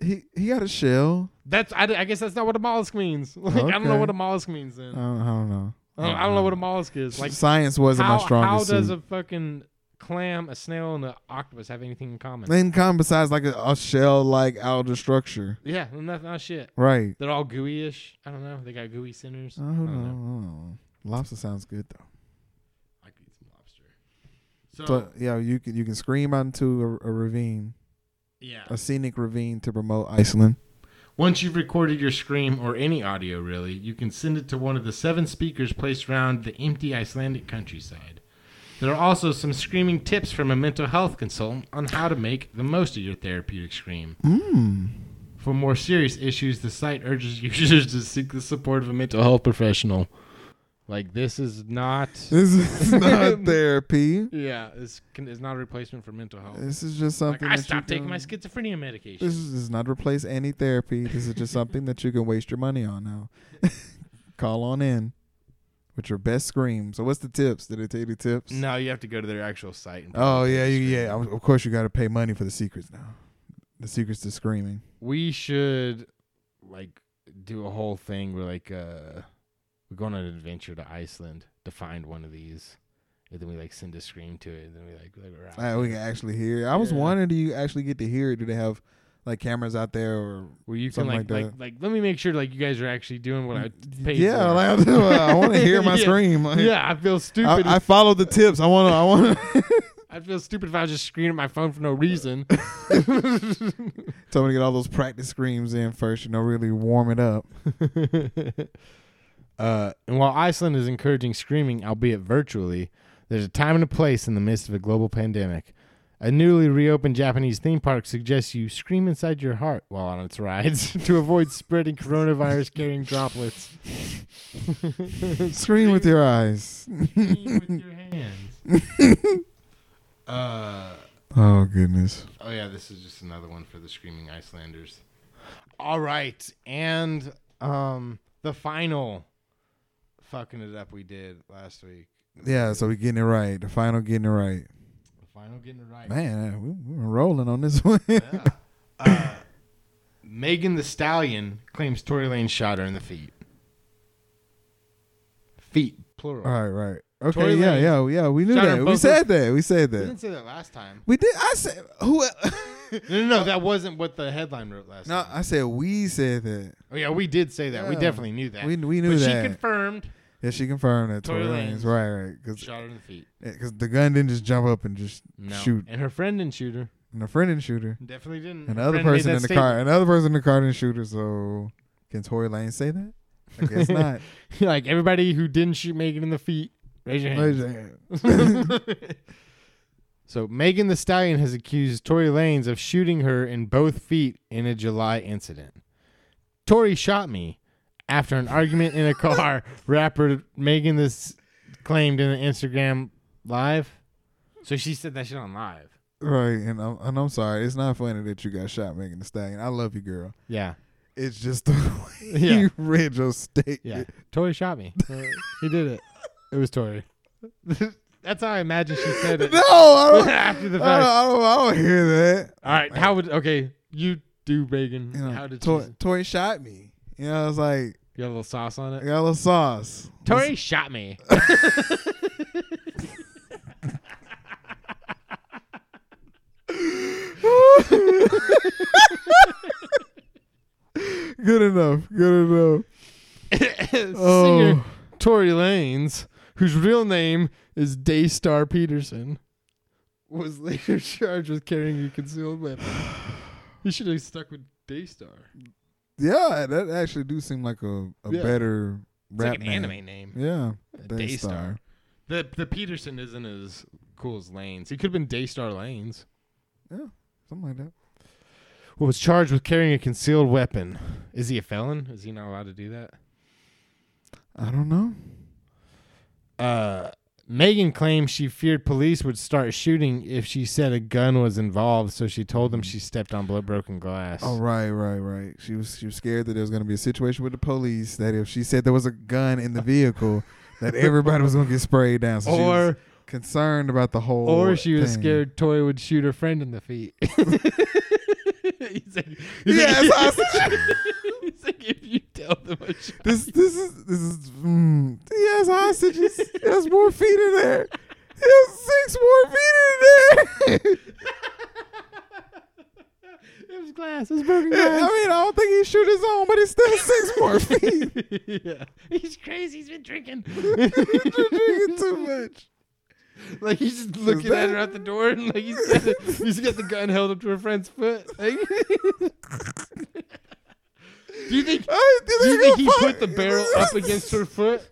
He he got a shell. That's I, I guess that's not what a mollusk means. Like, I don't know Okay. what a mollusk means then. I don't, I don't know. I, don't, I don't know what a mollusk is. Like science wasn't how, my strongest how does suit. a fucking clam, a snail, and an octopus have anything in common? Then come besides like a, a shell like outer structure. yeah, not, not shit. Right. They're all gooey-ish. I don't know. They got gooey centers. I don't, know. I don't know. Lobster sounds good though. I could eat some lobster. So, So yeah, you can you can scream out into a, a ravine, yeah. a scenic ravine to promote Iceland. Once you've recorded your scream or any audio, really, you can send it to one of the seven speakers placed around the empty Icelandic countryside. There are also some screaming tips from a mental health consultant on how to make the most of your therapeutic scream. Mm. For more serious issues, the site urges users to seek the support of a mental health professional. Like this is not. This is not therapy. Yeah, it's can- it's not a replacement for mental health. This is just Like something. I that you stopped taking can- my schizophrenia medication. This is, does not replace any therapy. This is just something that you can waste your money on now. Call on in with your best scream. So what's the tips? Did it tell you the tips? no, you have to go to their actual site. And Oh yeah, you, yeah. Of of course, you got to pay money for the secrets now. The secrets to screaming. we should like do a whole thing where like uh we go on an adventure to Iceland to find one of these, and then we like send a scream to it, and then we like, like we're out. Uh, we can actually hear. It. I was Yeah. wondering, do you actually get to hear it? Do they have like cameras out there or? where you can something like like Mm, like, like let me make sure like you guys are actually doing what I paid. yeah, for. like, I want to hear my Yeah. scream. Like, yeah, I feel I, stupid. I I, followed the tips. I want to. I want to. feel stupid if I was just screaming at my phone for no reason. Told me to get all those practice screams in first. You know, really warm it up. uh, and while Iceland is encouraging screaming, albeit virtually, there's a time and a place in the midst of a global pandemic. A newly reopened Japanese theme park suggests you scream inside your heart while on its rides to avoid spreading coronavirus carrying droplets. Scream with your eyes. with your hands. uh, Oh goodness. oh yeah, this is just another one for the screaming Icelanders. All right, and um, the final fucking it up we did last week. Yeah. So we getting it right. The final getting it right. The final getting it right. Man, uh, we, we were rolling on this one. Yeah. Uh, Megan the Stallion claims Tory Lane shot her in the feet. Feet, plural. All right, right. Okay, Tory yeah, Lanez. yeah, yeah. We knew Shot her that. in We both said that. We said We that. didn't say that last time. We did. I said who? No, no, no. That wasn't what the headline wrote last no, time. I said we said that. Oh yeah, we did say that. We Yeah. definitely knew that. We we knew but that. she confirmed yeah, she confirmed that. Tory Tory Lanez, Lanez. right, right, shot her in the feet. because the gun didn't just jump up and just No. shoot, And her friend didn't shoot her. and the friend didn't shoot her. Definitely didn't. Her Another friend made person that in the statement. car. Another person in the car didn't shoot her. So can Tory Lanez say that? I guess not. like everybody who didn't shoot Megan in the feet, raise your hand. so Megan the Stallion has accused Tory Lanez of shooting her in both feet in a July incident. Tory shot me after an argument in a car. Rapper Megan this claimed in an Instagram live. So she said that shit on live. right, and I'm, and I'm sorry. It's not funny that you got shot, Megan Thee Stallion. I love you, girl. Yeah. It's just the way Yeah. you read your statement. Yeah. Tori shot me. he did it. It was Tori. That's how I imagine she said it No, I don't. after the I don't, fact. I don't, I don't hear that. All right. How would okay? You do, Megan. You know, how did Tori, you? Tori shot me? You know, I was like, You got a little sauce on I it. got a little sauce. Tori shot me. Good enough. Good enough. Singer Oh. Tori Lanes, whose real name is Daystar Peterson, was later charged with carrying a concealed weapon. He should have stuck with Daystar. Yeah, that actually do seem like a, a Yeah. better It's rap like an name. anime name. Yeah, Daystar. The the Peterson isn't as cool as Lanes. He could have been Daystar Lanes. something like that. Who was charged with carrying a concealed weapon? Is he a felon? Is he not allowed to do that? I don't know. Uh, Megan claims she feared police would start shooting if she said a gun was involved, so she told them she stepped on blood broken glass. Oh right, right, right. She was she was scared that there was going to be a situation with the police that if she said there was a gun in the vehicle, that everybody was going to get sprayed down. So she was Or concerned about the whole. or she was thing. scared Toy would shoot her friend in the feet. He's like, he's Yeah, like, that's how I said- he's like, if you tell them I shot This this is this is mm, he has hostages. He has more feet in there. He has six more feet in there. It was glass. It was broken I glass. mean, I don't think he shoot his own, but it's still six more feet. yeah. He's crazy. He's been drinking. You're drinking too much. Like he's just looking at her out the door, and like he's got the, he's got the gun held up to her friend's foot. Like- do you think I, do you think he put the barrel up against her foot,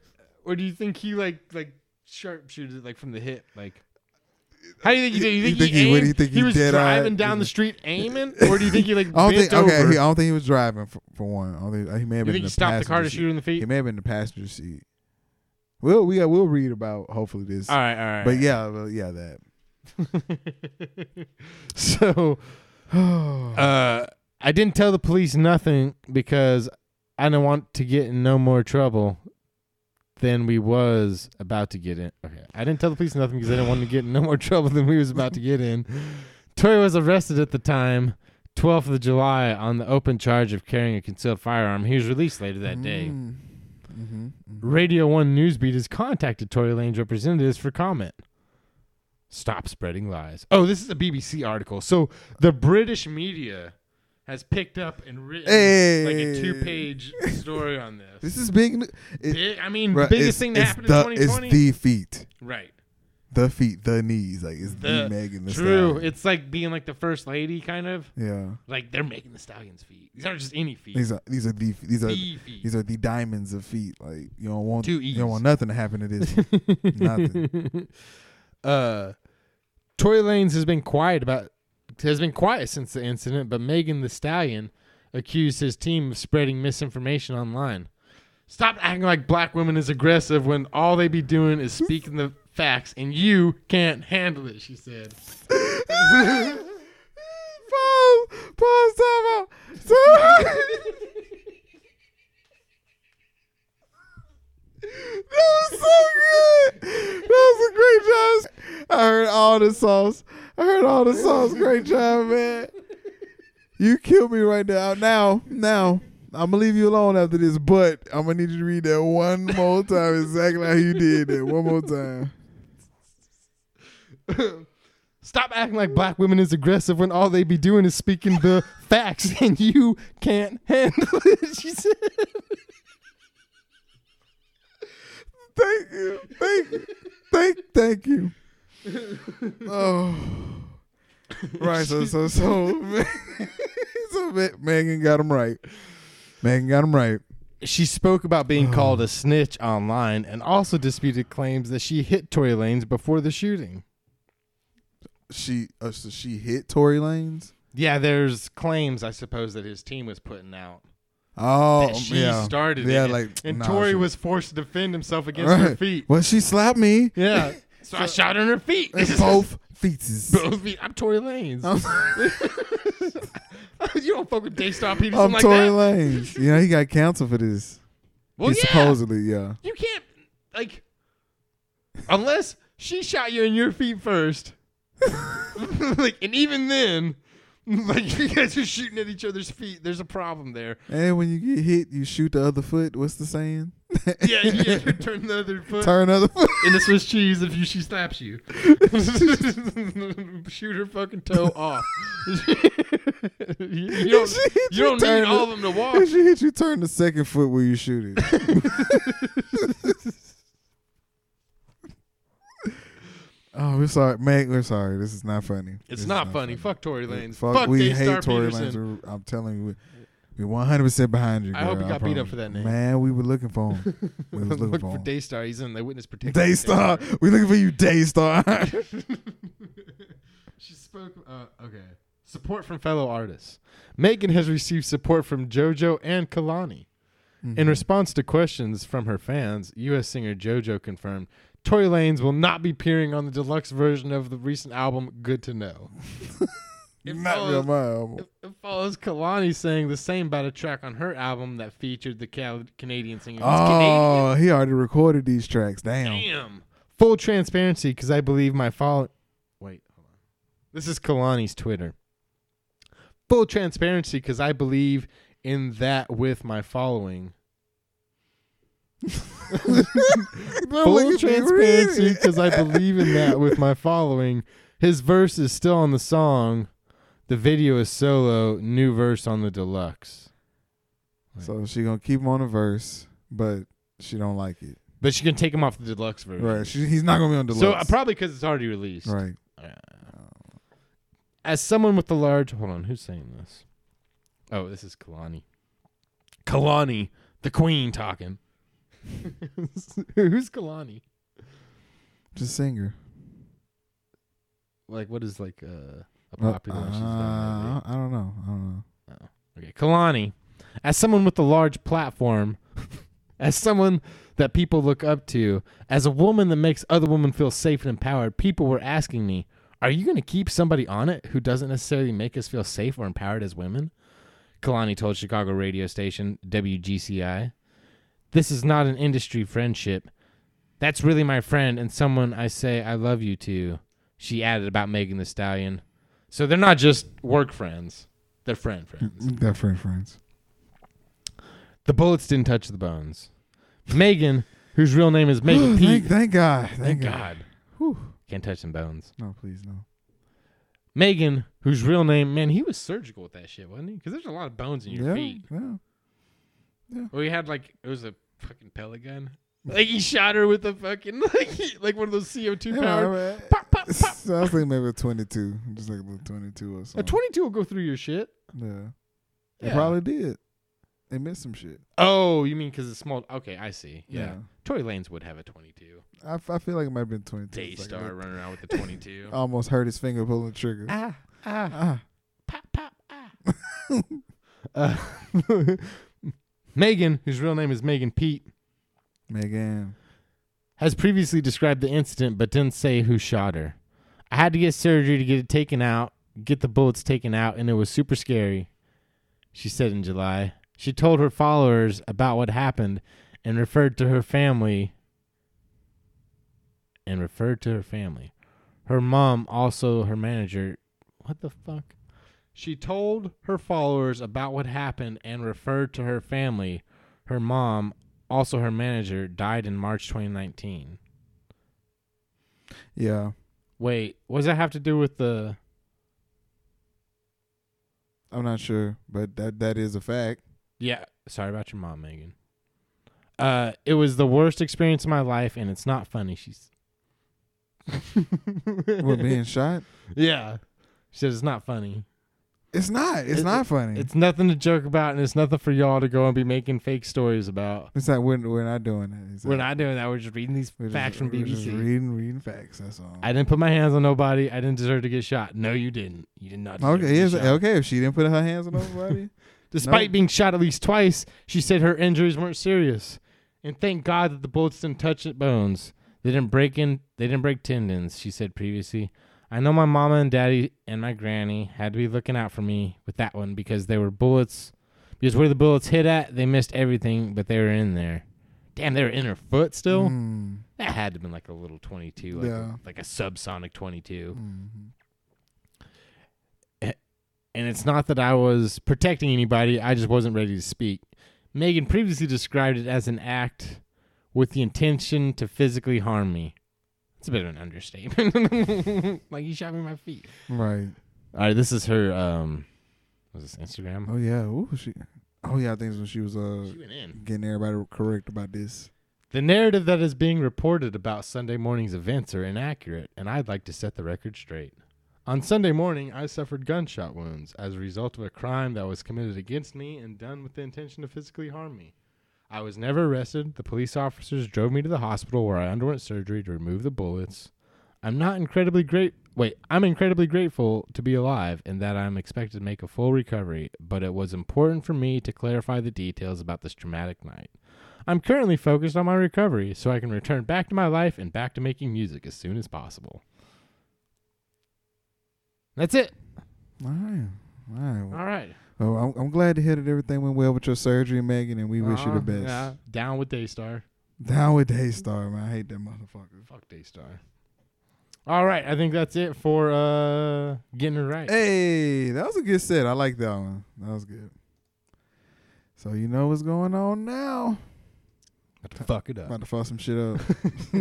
or do you think he like like sharpshooted it like from the hip? Like, how do you think he did? You You think, think he, he would- aimed- you think he was dead-eyed? driving down the street aiming, or do you think he like I don't bent think. Okay, over? he, I don't think he was driving for, for one. I don't think, uh, he may have you think he been. in the stopped the car to passenger shoot her in the seat. He feet? may have been in the passenger seat. We'll we uh, we'll read about hopefully this. All right, all right. But yeah, well, yeah, that. so uh, I didn't tell the police nothing because I don't want to get in no more trouble than we was about to get in. Okay, I didn't tell the police nothing because I didn't want to get in no more trouble than we was about to get in. Toy was arrested at the time, 12th of July, on the open charge of carrying a concealed firearm. He was released later that Mm. day. Mm-hmm. Radio 1 Newsbeat has contacted Tory Lane's representatives for comment. Stop spreading lies. Oh, this is a BBC article. So the British media has picked up and written like a Hey. two-page story on this. This is big. n- It, Big- I mean, bruh, biggest it's- thing that it's happened the, in It's 2020. the feet, right. the feet, the knees. Like it's the, The- Megan. The True. Stallion. It's like being like the first lady, kind of. yeah. Like they're making the stallions feet. These aren't just any feet. These are these are the these are the feet. these are the diamonds of feet. Like you don't want Two you don't E's. want nothing to happen to this. Nothing. Uh, Tory Lanez has been quiet about has been quiet since the incident, but Megan the Stallion accused his team of spreading misinformation online. Stop acting like black women is aggressive when all they be doing is speaking the facts, and you can't handle it. She said. pause, pause, time out. Time out. That was so good. That was a great job. I heard all the sauce. I heard all the sauce. Great job, man. You killed me right now. Now, now, I'm gonna leave you alone after this, but I'm gonna need you to read that one more time exactly how you did that. One more time. Stop acting like black women is aggressive when all they be doing is speaking the facts and you can't handle it, she said. Thank you. Thank you. Thank thank you. Oh. Right, so so so so Ma- Megan got him right. Megan got him right. She spoke about Oh. being called a snitch online and also disputed claims that she hit Tory Lanez before the shooting. She uh, so she hit Tory Lanes. Yeah, there's claims, I suppose, that his team was putting out. Oh, That she yeah. started yeah, it. like and nah, Tory she- was forced to defend himself against her Right. feet. Well, she slapped me. Yeah. So, I shot her in her feet. It's both Oh. feeties. Both feet. I'm Tory Lanez. I'm, you don't fuck with Daystar Peterson I'm like Tory that. Lanes. You know he got canceled for this. Well, he yeah. supposedly, yeah. You can't like unless she shot you in your feet first. like and even then, like you guys are shooting at each other's feet. There's a problem there. And when you get hit, you shoot the other foot. What's the saying? Yeah, you have to turn the other foot Turn other foot. and the Swiss cheese if you she slaps you. Shoot her fucking toe off. you, you don't, She hit you don't turn need all of them to walk. If she hit you, turn the second foot where you shoot it. oh, we're sorry, Meg. We're sorry. This is not funny. This It's is not funny. Fuck Tory Lanez. Fuck, Fuck, we Daystar hate Tory Peterson. Lanez. We're- I'm telling you, we- we 100 percent behind you. I hope girl, he got beat up promise. for that name. Man, we were looking for him. We was looking Look for for him. Daystar. He's in the witness protection. Daystar, we looking for you, Daystar. she spoke. Uh, okay. Support from fellow artists. Megan has received support from JoJo and Kalani. Mm-hmm. In response to questions from her fans, U.S. singer JoJo confirmed Tory Lanez will not be appearing on the deluxe version of the recent album Good to Know. It not real follows- my album. It follows Kalani saying the same about a track on her album that featured the Cal- Canadian singer. It's Canadian? Oh, he already recorded these tracks. Damn. Damn. Full transparency, because I believe my follow. Wait, hold on. This is Kalani's Twitter. Full transparency, because I believe in that with my following. Full transparency, because I believe in that with my following. His verse is still on the song. The video is solo. New verse on the deluxe. So she gonna keep him on the verse, but she don't like it. But she can take him off the deluxe version. Right? She, he's not gonna be on So deluxe. uh, probably because it's already released. right. As someone with a large, hold on, who's saying this? Oh, this is Kalani. Kalani, the queen talking. who's Kalani? Just singer. Like, what is like uh, a Uh, popular? uh, she's done lately? I don't know. I don't know. Okay, Kalani, as someone with a large platform, as someone that people look up to. As a woman that makes other women feel safe and empowered, people were asking me, Are you going to keep somebody on it who doesn't necessarily make us feel safe or empowered as women? Kalani told Chicago radio station WGCI. This is not an industry friendship. That's really my friend and someone I say I love you to, she added about Megan the Stallion. So they're not just work friends, they're friend friends. They're friend friends. The bullets didn't touch the bones. Megan, whose real name is Megan Pete. thank, thank God. Thank, Thank God. God. Whew. Can't touch them bones. No, please no. Megan, whose real name, man, he was surgical with that shit, wasn't he? Because there's a lot of bones in your yeah, feet. yeah. Well, he had like it was a fucking pellet gun. Like he shot her with a fucking like he, like one of those CO two Yeah, powered. I- Pop, pop, pop. So I was thinking maybe a 22, just like a little 22 or A something. twenty two will go through your shit. Yeah. They Yeah. probably did. They missed some shit. Oh, you mean because it's small? Okay, I see. Yeah. Yeah. Tory Lanez would have a twenty two. I, f- I feel like it might have been 22. It's like a Daystar little- running around with a twenty two. Almost hurt his finger pulling the trigger. ah ah Ah. pop pop ah. Uh, Megan, whose real name is Megan Pete, Megan. has previously described the incident but didn't say who shot her. I had to get surgery to get it taken out, get the bullets taken out, and it was super scary, she said in July. She told her followers about what happened and referred to her family. And referred to her family. Her mom, also her manager. What the fuck? She told her followers about what happened and referred to her family. Her mom, also her manager, died in March 2019. Yeah. Wait, what does that have to do with the? I'm not sure, but that that is a fact. Yeah, sorry about your mom, Megan. Uh, it was the worst experience of my life, and it's not funny. She's. We're being shot. yeah, she said it's not funny. It's not. It's It- not funny. It's, It's nothing to joke about, and it's nothing for y'all to go and be making fake stories about. like we're, we're not doing that. It's We're like- not doing that. We're just reading these we're just- facts from we're Just BBC. reading, reading facts. That's all. I didn't put my hands on nobody. I didn't deserve to get shot. No, you didn't. You did not. Deserve okay. okay, It's, to get shot. okay. If she didn't put her hands on nobody, Despite No. being shot at least twice, she said her injuries weren't serious, and thank God that the bullets didn't touch at bones. They didn't break in. They didn't break tendons. She said previously. I know my mama and daddy and my granny had to be looking out for me with that one because they were bullets. Because where the bullets hit at, they missed everything, but they were in there. Damn, they were in her foot still. Mm, That had to have been like a little twenty-two, like, Yeah. a, like a subsonic twenty-two. mhm. and it's not that I was protecting anybody, I just wasn't ready to speak. Megan previously described it as an act with the intention to physically harm me. It's a bit of an understatement. like you shot me in my feet. Right. All right, this is her um was this Instagram? Oh yeah. Ooh, she. Oh yeah. I think it's when she was uh She went in. getting everybody correct about this. The narrative that is being reported about Sunday morning's events are inaccurate, and I'd like to set the record straight. On Sunday morning, I suffered gunshot wounds as a result of a crime that was committed against me and done with the intention to physically harm me. I was never arrested. The police officers drove me to the hospital where I underwent surgery to remove the bullets. I'm not incredibly great. Wait, I'm incredibly grateful to be alive and that I'm expected to make a full recovery, but it was important for me to clarify the details about this traumatic night. I'm currently focused on my recovery so I can return back to my life and back to making music as soon as possible. That's it. All right. All right. Well, All right. Well, I'm, I'm glad to hear that everything went well with your surgery, Megan, and we wish you Uh-huh. the best. Yeah. Down with Daystar. Down with Daystar, man. I hate that motherfucker. Fuck Daystar. All right. I think that's it for uh getting it right. Hey, that was a good set. I like that one. That was good. So you know what's going on now. About to fuck it up. About to fuck some shit up.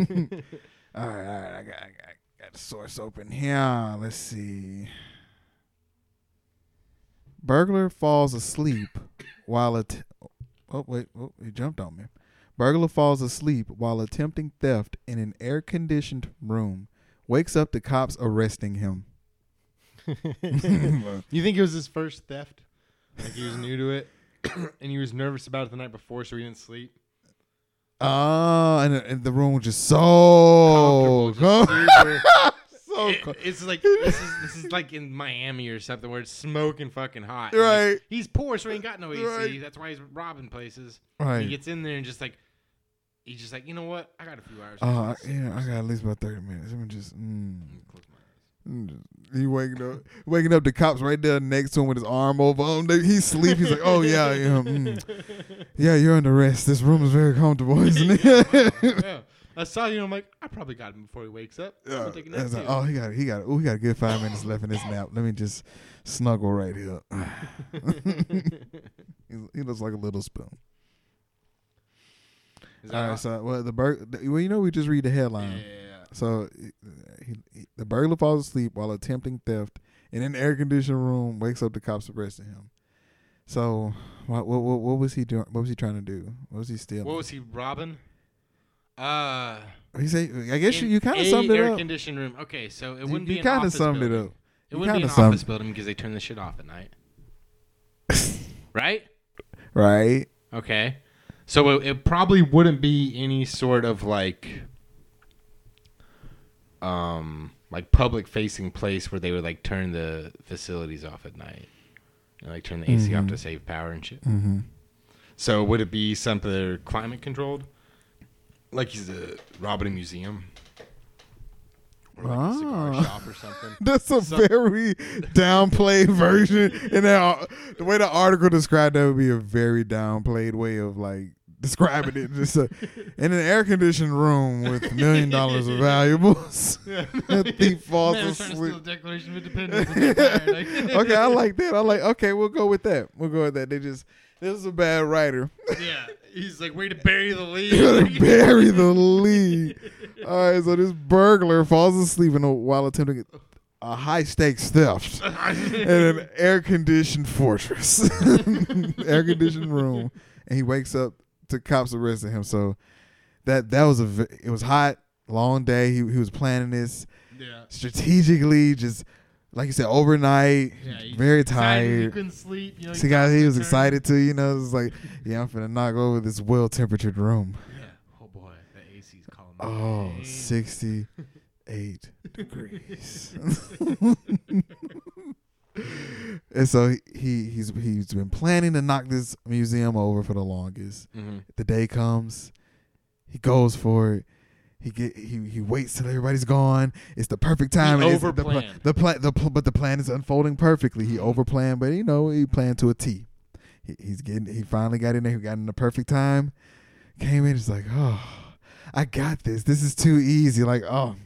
all right, all right. I got, I got, got the source open here. Let's see. Burglar falls asleep while at. Oh wait, oh, he jumped on me. Burglar falls asleep while attempting theft in an air-conditioned room. Wakes up to cops arresting him. you think it was his first theft? Like he was new to it, and he was nervous about it the night before, so he didn't sleep. Oh, and, and the room was just so Comfortable, com- just super- so It- com- it's like this is this is like in Miami or something where it's smoking fucking hot. And, like, right, he's poor, so he ain't got no AC. Right. That's why he's robbing places. He right. gets in there and just like He's just like, you know what? I got a few hours. Oh, I- yeah, I got at least about thirty minutes. Let me just. Mm. mm, just- He waking up, waking up the cops right there next to him with his arm over him. They- He's asleep. He's like, "Oh yeah, yeah, mm. yeah, you're under arrest. This room is very comfortable, isn't it?" yeah. I saw you. I'm like, I probably got him before he wakes up. I'm Yeah. gonna take a I nap was like, too. oh, he got he got oh, he got a good five minutes left in his nap. Let me just snuggle right here. he, he looks like a little spoon. He's All like, right, so well, the bur- the- well, you know, we just read the "Oh, headline. yeah. So he, he, he- the burglar falls asleep while attempting theft in an air conditioned room. Wakes up, the cops arresting him. So what what what, what was he doing? What was he trying to do? What was he stealing? What was he robbing? Uh, he say? I guess you, in you kind a of summed it air up. conditioned room. Okay, so it You, wouldn't be an kind of office summed building. it up. It You wouldn't be kinda an summed- office building because they turn the shit off at night, right? right? Okay. So it, it probably wouldn't be any sort of like um like public facing place where they would like turn the facilities off at night. And like turn the AC off to save power and shit. Mm-hmm. So would it be something that are climate controlled? Like he's a robbing a museum? Or like a cigar Ah. shop or something. That's a very downplayed version. And that, the way the article described that would be a very downplayed way of like describing it. Just a, in an air conditioned room with million dollars of valuables. a thief falls Man, I'm trying to steal asleep. the Declaration of Independence. I'm tired, like- okay, I like that. I like. Okay, we'll go with that. We'll go with that. They just this is a bad writer. Yeah, he's like, way to bury the Gotta lead. bury the lead. All right, so this burglar falls asleep in a, while attempting a high stakes theft. in an air conditioned fortress, air conditioned room, and he wakes up to cops arresting him. So that that was a v- it was hot, long day. He he was planning this yeah. strategically, just like you said, overnight. Yeah, he- very Excited, You tired. couldn't sleep. You know, See, guys, he was turn. excited too. You know, it's like, yeah, I'm finna knock over this well temperatured room. yeah. Oh boy, the AC's calling. my Oh, name. 68 degrees. and so he, he he's he's been planning to knock this museum over for the longest. The day comes, he goes for it. He get he he waits till everybody's gone. It's the perfect time. It's the pla- overplanned. The plan, the pl- but the plan is unfolding perfectly. He Mhm. overplanned, but you know he planned to a T. He, he's getting. He finally got in there. He got in the perfect time. Came in. It's like, oh, I got this. This is too easy. Like, oh,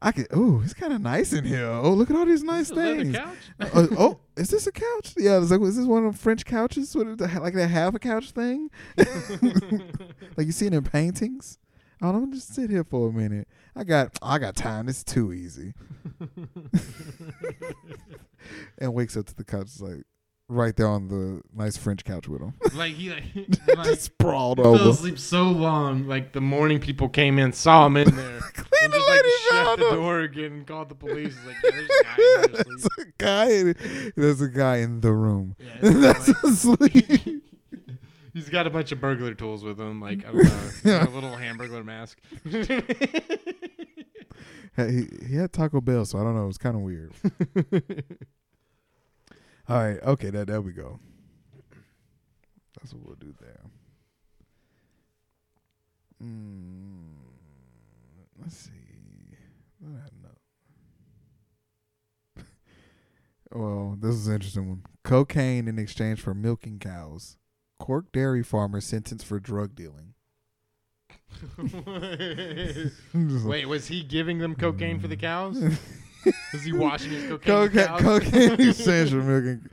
I could. Oh, it's kind of nice in here. Oh, look at all these nice Is this a leather things. couch? Uh, oh, is this a couch? Yeah, it's like, is this one of them French couches? What, is the- like that half a couch thing? like you see it in paintings. Oh, let me just sit here for a minute. I got, I got time. It's too easy. and wakes up to the couch, it's like right there on the nice French couch with him, like he like, like just sprawled fell over. asleep so long. Like the morning people came in, saw him in there. Clean and the just like lady shut found the him. door again and called the police. He's like, yeah, there's a guy in there There's asleep. a guy. in- There's a guy in the room. Yeah, it's That's like- asleep. He's got a bunch of burglar tools with him, like I don't know, a Yeah. little hamburger mask. He, he had Taco Bell, so I don't know. It was kind of weird. All right. Okay. That there we go. That's what we'll do there. Mm, let's see. What I know. well, this is an interesting one. Cocaine in exchange for milking cows. Cork dairy farmer sentenced for drug dealing. Just like- Wait, was he giving them cocaine for the cows? Was he washing his cocaine? with Cocaine, cows? cocaine in exchange for milking.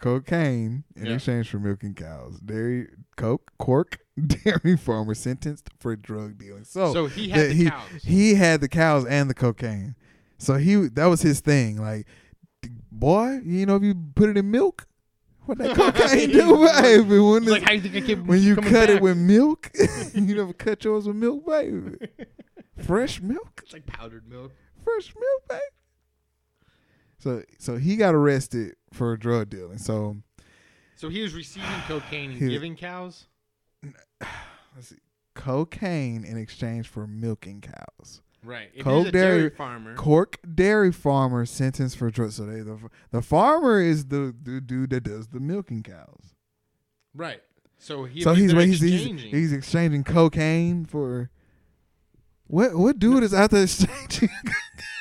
Cocaine in Yeah. exchange for milking cows. Dairy, coke, cork, dairy farmer sentenced for drug dealing. So, so he had the that Oh, he- cows. he had the cows and the cocaine. So he that was his thing. Like, boy, you know if you put it in milk, what that cocaine do, baby? When, He's like, it's- how you think I kept when you coming cut it back?" with milk, you never cut yours with milk, baby. Fresh milk it's like powdered milk. fresh milk back. So so he got arrested for drug dealing. So So he was receiving cocaine and He- giving cows. let's see. Cocaine in exchange for milking cows. Right. If Cold he's a dairy, dairy- farmer. Cork dairy farmer sentenced for drug. So they, the the farmer is the, the dude that does the milking cows. right. So he so he's they're he's, he's exchanging. he's exchanging cocaine for what what dude is out there exchanging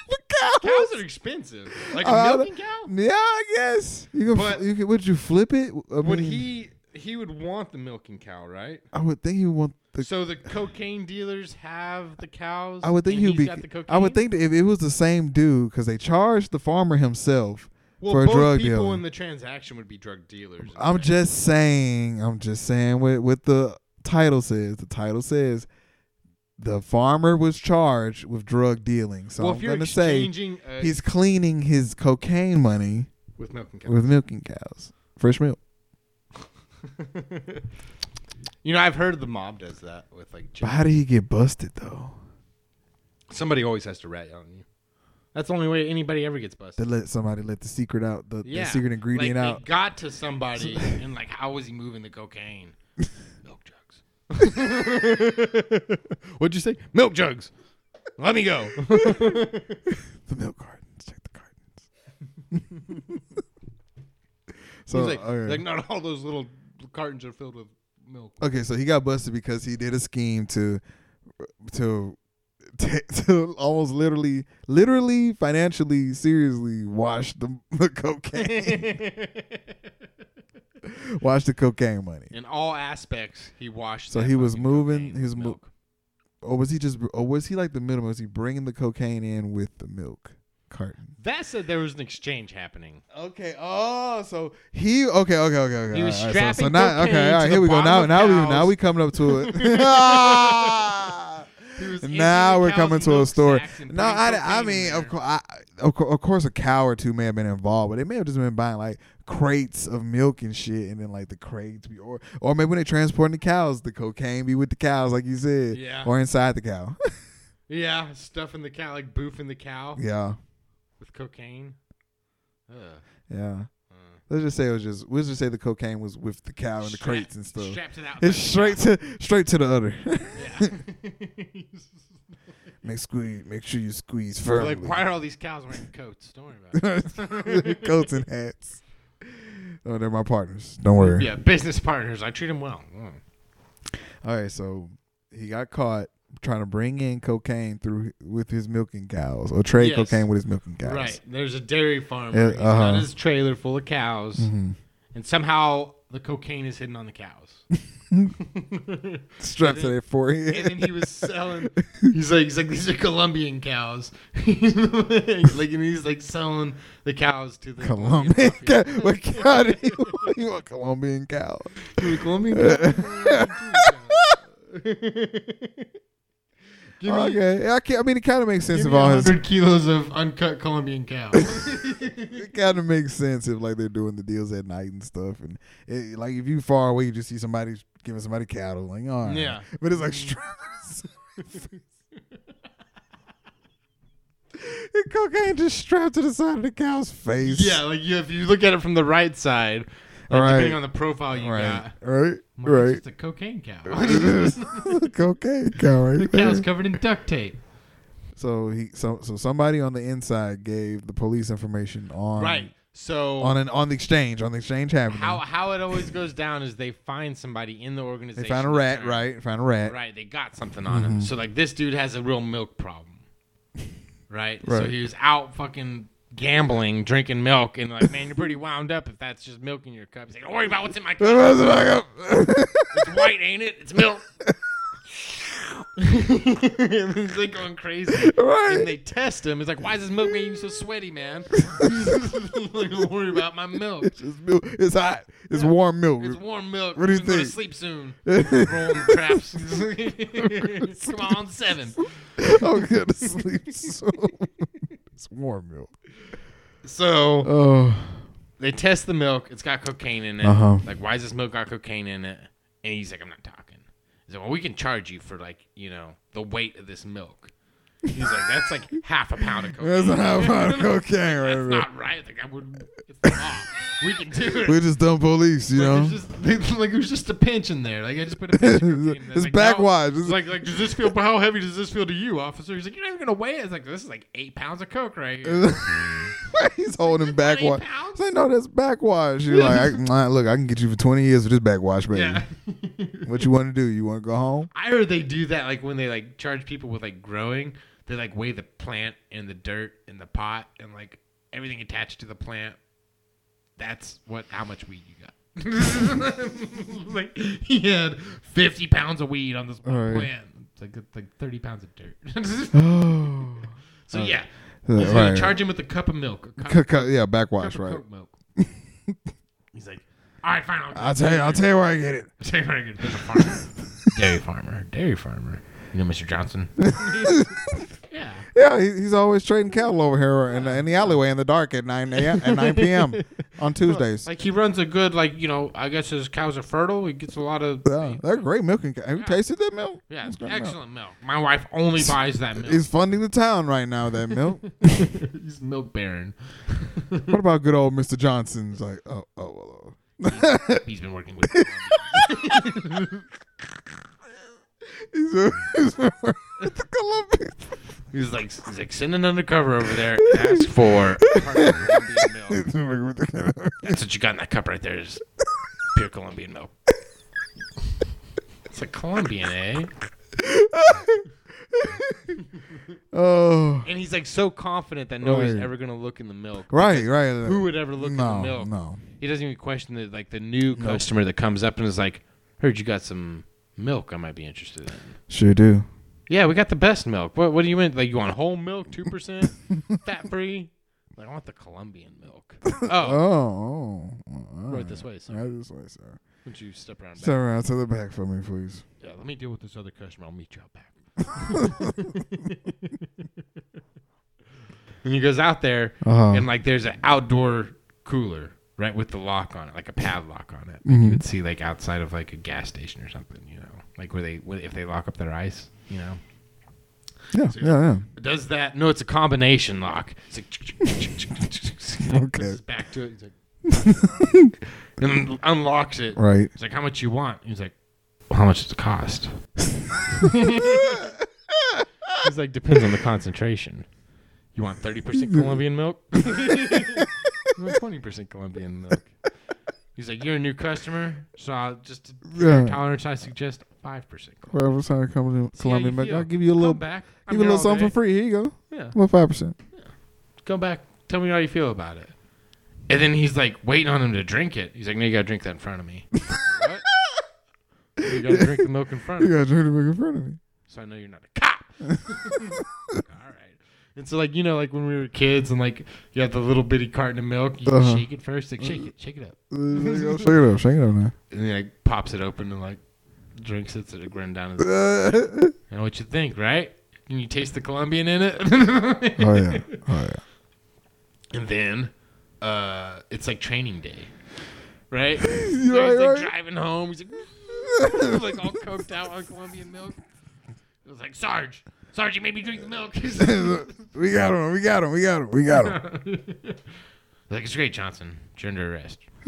the cows? cows are expensive. Like a Uh, I don't- milking cow. Yeah, I guess you can. But- fl- you can would you flip it? I Would mean, he? He would want the milking cow, right? I would think he would want the. So the cocaine dealers have the cows. I would think and he'd he's be. got the I would cocaine? think that if it was the same dude, because they charged the farmer himself well, for a both drug people dealer. in the transaction would be drug dealers. I'm just saying. I'm just saying what what the title says. The title says the farmer was charged with drug dealing. So well, I'm if you're gonna say exchanging uh, he's cleaning his cocaine money with milking cows. with milking cows, fresh milk. you know, I've heard the mob does that with like But chicken. how did he get busted though? somebody always has to rat on you. That's the only way anybody ever gets busted. They let somebody let the secret out, the, yeah, the secret ingredient like, out. They got to somebody, and like, how was he moving the cocaine? Milk jugs. What'd you say? Milk jugs. Let me go. The milk cartons. Check the cartons. so He's like, okay. like, not all those little cartons are filled with milk. okay, so he got busted because he did a scheme to to to almost literally, literally, financially, seriously wash the, the cocaine, wash the cocaine money. In all aspects, he washed. So that he was fucking moving- cocaine he was with mo- Or was he just? Or was he like the middleman? Was he bringing the cocaine in with the milk carton? That said, there was an exchange happening. Okay. Oh, so he. Okay. Okay. Okay. Okay. He was all right, so, so strapping now. cocaine Okay. to All right. the Here we go. bottom Now. of Now we. cows. Now we coming up to it. He was emptying now the we're cow's coming to a milk story. sacks and No, putting I, I cocaine in mean, of there. course, I, of, cour- of course, a cow or two may have been involved, but they may have just been buying like crates of milk and shit, and then like the crates, be, or or maybe when they transporting the cows, the cocaine be with the cows, like you said, Yeah. or inside the cow. Yeah, stuffing the cow, like boofing the cow yeah, with cocaine. Ugh. yeah. Let's just say it was just. Let's just say the cocaine was with the cow and the Strap- crates and stuff. Strapped it out. It's straight to straight to the udder. Yeah. make squeeze. Make sure you squeeze We're firmly. like, why are all these cows wearing coats? Don't worry about Coats and hats. Oh, they're my partners. Don't worry. it. yeah, business partners. I treat them well. Mm. All right, so he got caught trying to bring in cocaine through with his milking cows or trade Yes. cocaine with his milking cows. Right. There's a dairy farmer. Yeah, He's got uh-huh. his trailer full of cows, and somehow the cocaine is hidden on the cows. Strapped to their and then forehead. he was selling. He's like, he's like, these are Colombian cows. like, and he's like selling the cows to the Colombian cow. mafia. What cow do you want? You want Colombian cow? Give me Colombian cow. Give me Okay. I, can't, I mean, it kind of makes sense give if me all his. 100 kilos of uncut Colombian cow. It kind of makes sense if like they're doing the deals at night and stuff, and it, like if you far away, you just see somebody giving somebody cattle. Like, all right. Yeah. Mm-hmm. But it's like strapped. The cocaine just strapped to the side of the cow's face. yeah, like you, if you look at it from the right side, like Right. depending on the profile you got. Right. Right. I'm like, Right. It's just a cocaine cow. cocaine cow right the there. cow's covered in duct tape. So he so so somebody on the inside gave the police information on right. So Um, on an on the exchange on the exchange happening. how how it always goes down is they find somebody in the organization. they found a that rat, turned- right? Mm-hmm. Found a rat. Right. They got something on him. So like this dude has a real milk problem. Right? So Right. he was out fucking gambling, drinking milk, and like, man, you're pretty wound up if that's just milk in your cup. He's like, Don't worry about what's in my cup. It's white, ain't it? It's milk. He's like going crazy. Right. And they test him. It's like, why is this milk making you so sweaty, man? like, don't worry about my milk. It's, milk. it's hot. It's warm milk. It's warm milk. What do you We're gonna think? sleep soon. Rolling traps. Come on, seven. I'm gonna sleep soon. it's warm milk. So Oh, they test the milk. It's got cocaine in it. Uh-huh. Like, why is this milk got cocaine in it? And he's like, I'm not talking. He's like, well, we can charge you for like, you know, the weight of this milk. He's like, that's like half a pound of cocaine. that's a high amount of cocaine right That's there. not right. Like, I would. It's law. we can do it. We're just dumb police, you know. Like, there's just, like it was just a pinch in there. Like I just put a pinch. of cocaine in there. It's like, backwise. how- It's- like, like, does this feel? How heavy does this feel to you, officer? He's like, you're not even gonna weigh it. It's like this is like eight pounds of coke right here. He's holding backwash. pounds? It's like, no, that's backwash. You're like, I, nah, look, I can get you for 20 years for this backwash, baby. Yeah. What you want to do? You want to go home? I heard they do that like when they like charge people with like growing, they like weigh the plant and the dirt and the pot and like everything attached to the plant. That's what how much weed you got. like he had fifty pounds of weed on this one All right. plant. It's like it's like thirty pounds of dirt. Oh. so yeah, he's gonna right. charge him with a cup of milk. Or cup, Cu- cu- yeah, cup backwash, of right. Coke milk. he's like, all right, fine. I'll, I'll tell you, I'll tell you where I get it. Dairy farmer. There's a farmer. dairy farmer. Dairy farmer. You know, Mr. Johnson. yeah. Yeah, he, he's always trading cattle over here in the, in the alleyway in the dark at 9 a.m. at 9 p.m. on Tuesdays. Like he runs a good, like you know, I guess his cows are fertile. He gets a lot of Yeah, they're great milking. Cow. Have you tasted that milk? yeah, It's great milk. excellent milk. My wife only buys that milk. It's funding the town right now. That milk. He's milk baron. what about good old Mister Johnson's? Like, oh, oh, oh, oh. He's been working with. he's, he's with the Colombian. He's like he's like send an undercover over there. Ask for Colombian milk. He's working with the Colombian. That's what you got in that cup right there. Is pure Colombian milk. It's like Colombian, eh? Oh, And he's like so confident that nobody's Right. ever gonna look in the milk. right, right. Who would ever look in no, the milk? no. He doesn't even question the like the new customer that comes up and is like, "Heard you got some milk. I might be interested in." Sure do. Yeah, we got the best milk. What What do you mean? Like you want whole milk, two percent, fat free? Like, I want the Colombian milk. Oh, Oh, oh, all right this way, sir. Right this way, sir. Would you step around? Back? Turn around to the back for me, please. Yeah, let me deal with this other customer. I'll meet you out back. and he goes out there, Uh-huh. and like there's an outdoor cooler, right, with the lock on it, like a padlock on it. You would see like outside of like a gas station or something, you know, like where they where- if they lock up their ice, you know. Yeah, yeah, It does that? No, it's a combination lock. It's like Okay. presses back to it. He's like, and then unlocks it. yeah. Right. He's like, "How much you want?" He's like, "How much does it cost?" He's like, "Depends on the concentration. You want thirty percent Colombian milk? Twenty percent Colombian milk." He's like, "You're a new customer, so I'll just Yeah. tolerance. I suggest five percent." Wherever time coming to Columbia, you back, feel. I'll give you a little, Come back. I'm give you a here little all something day. for free. Here you go. Yeah. Well, five percent. Come back. Tell me how you feel about it. And then he's like waiting on him to drink it. He's like, no, you gotta drink that in front of me. what? You gotta drink the milk in front You of me. got a drink to make in front of me. So I know you're not a cop. All right. And so, like, you know, like when we were kids and like you had the little bitty carton of milk, you Uh-huh. shake it first, like, shake it, shake it up. Uh, shake it up, shake it up now. And then like pops it open and like drinks it, so it grin down his. Uh, And what you think, right? Can you taste the Colombian in it? oh yeah, oh And then uh, it's like training day, right? so he's Right, like right. driving home. He's like, like all coked out on Colombian milk. It was like Sarge, Sarge, you made me drink the milk. He's like, yeah. we got him, we got him, we got him, we got him. it's great, Johnson. You're under arrest.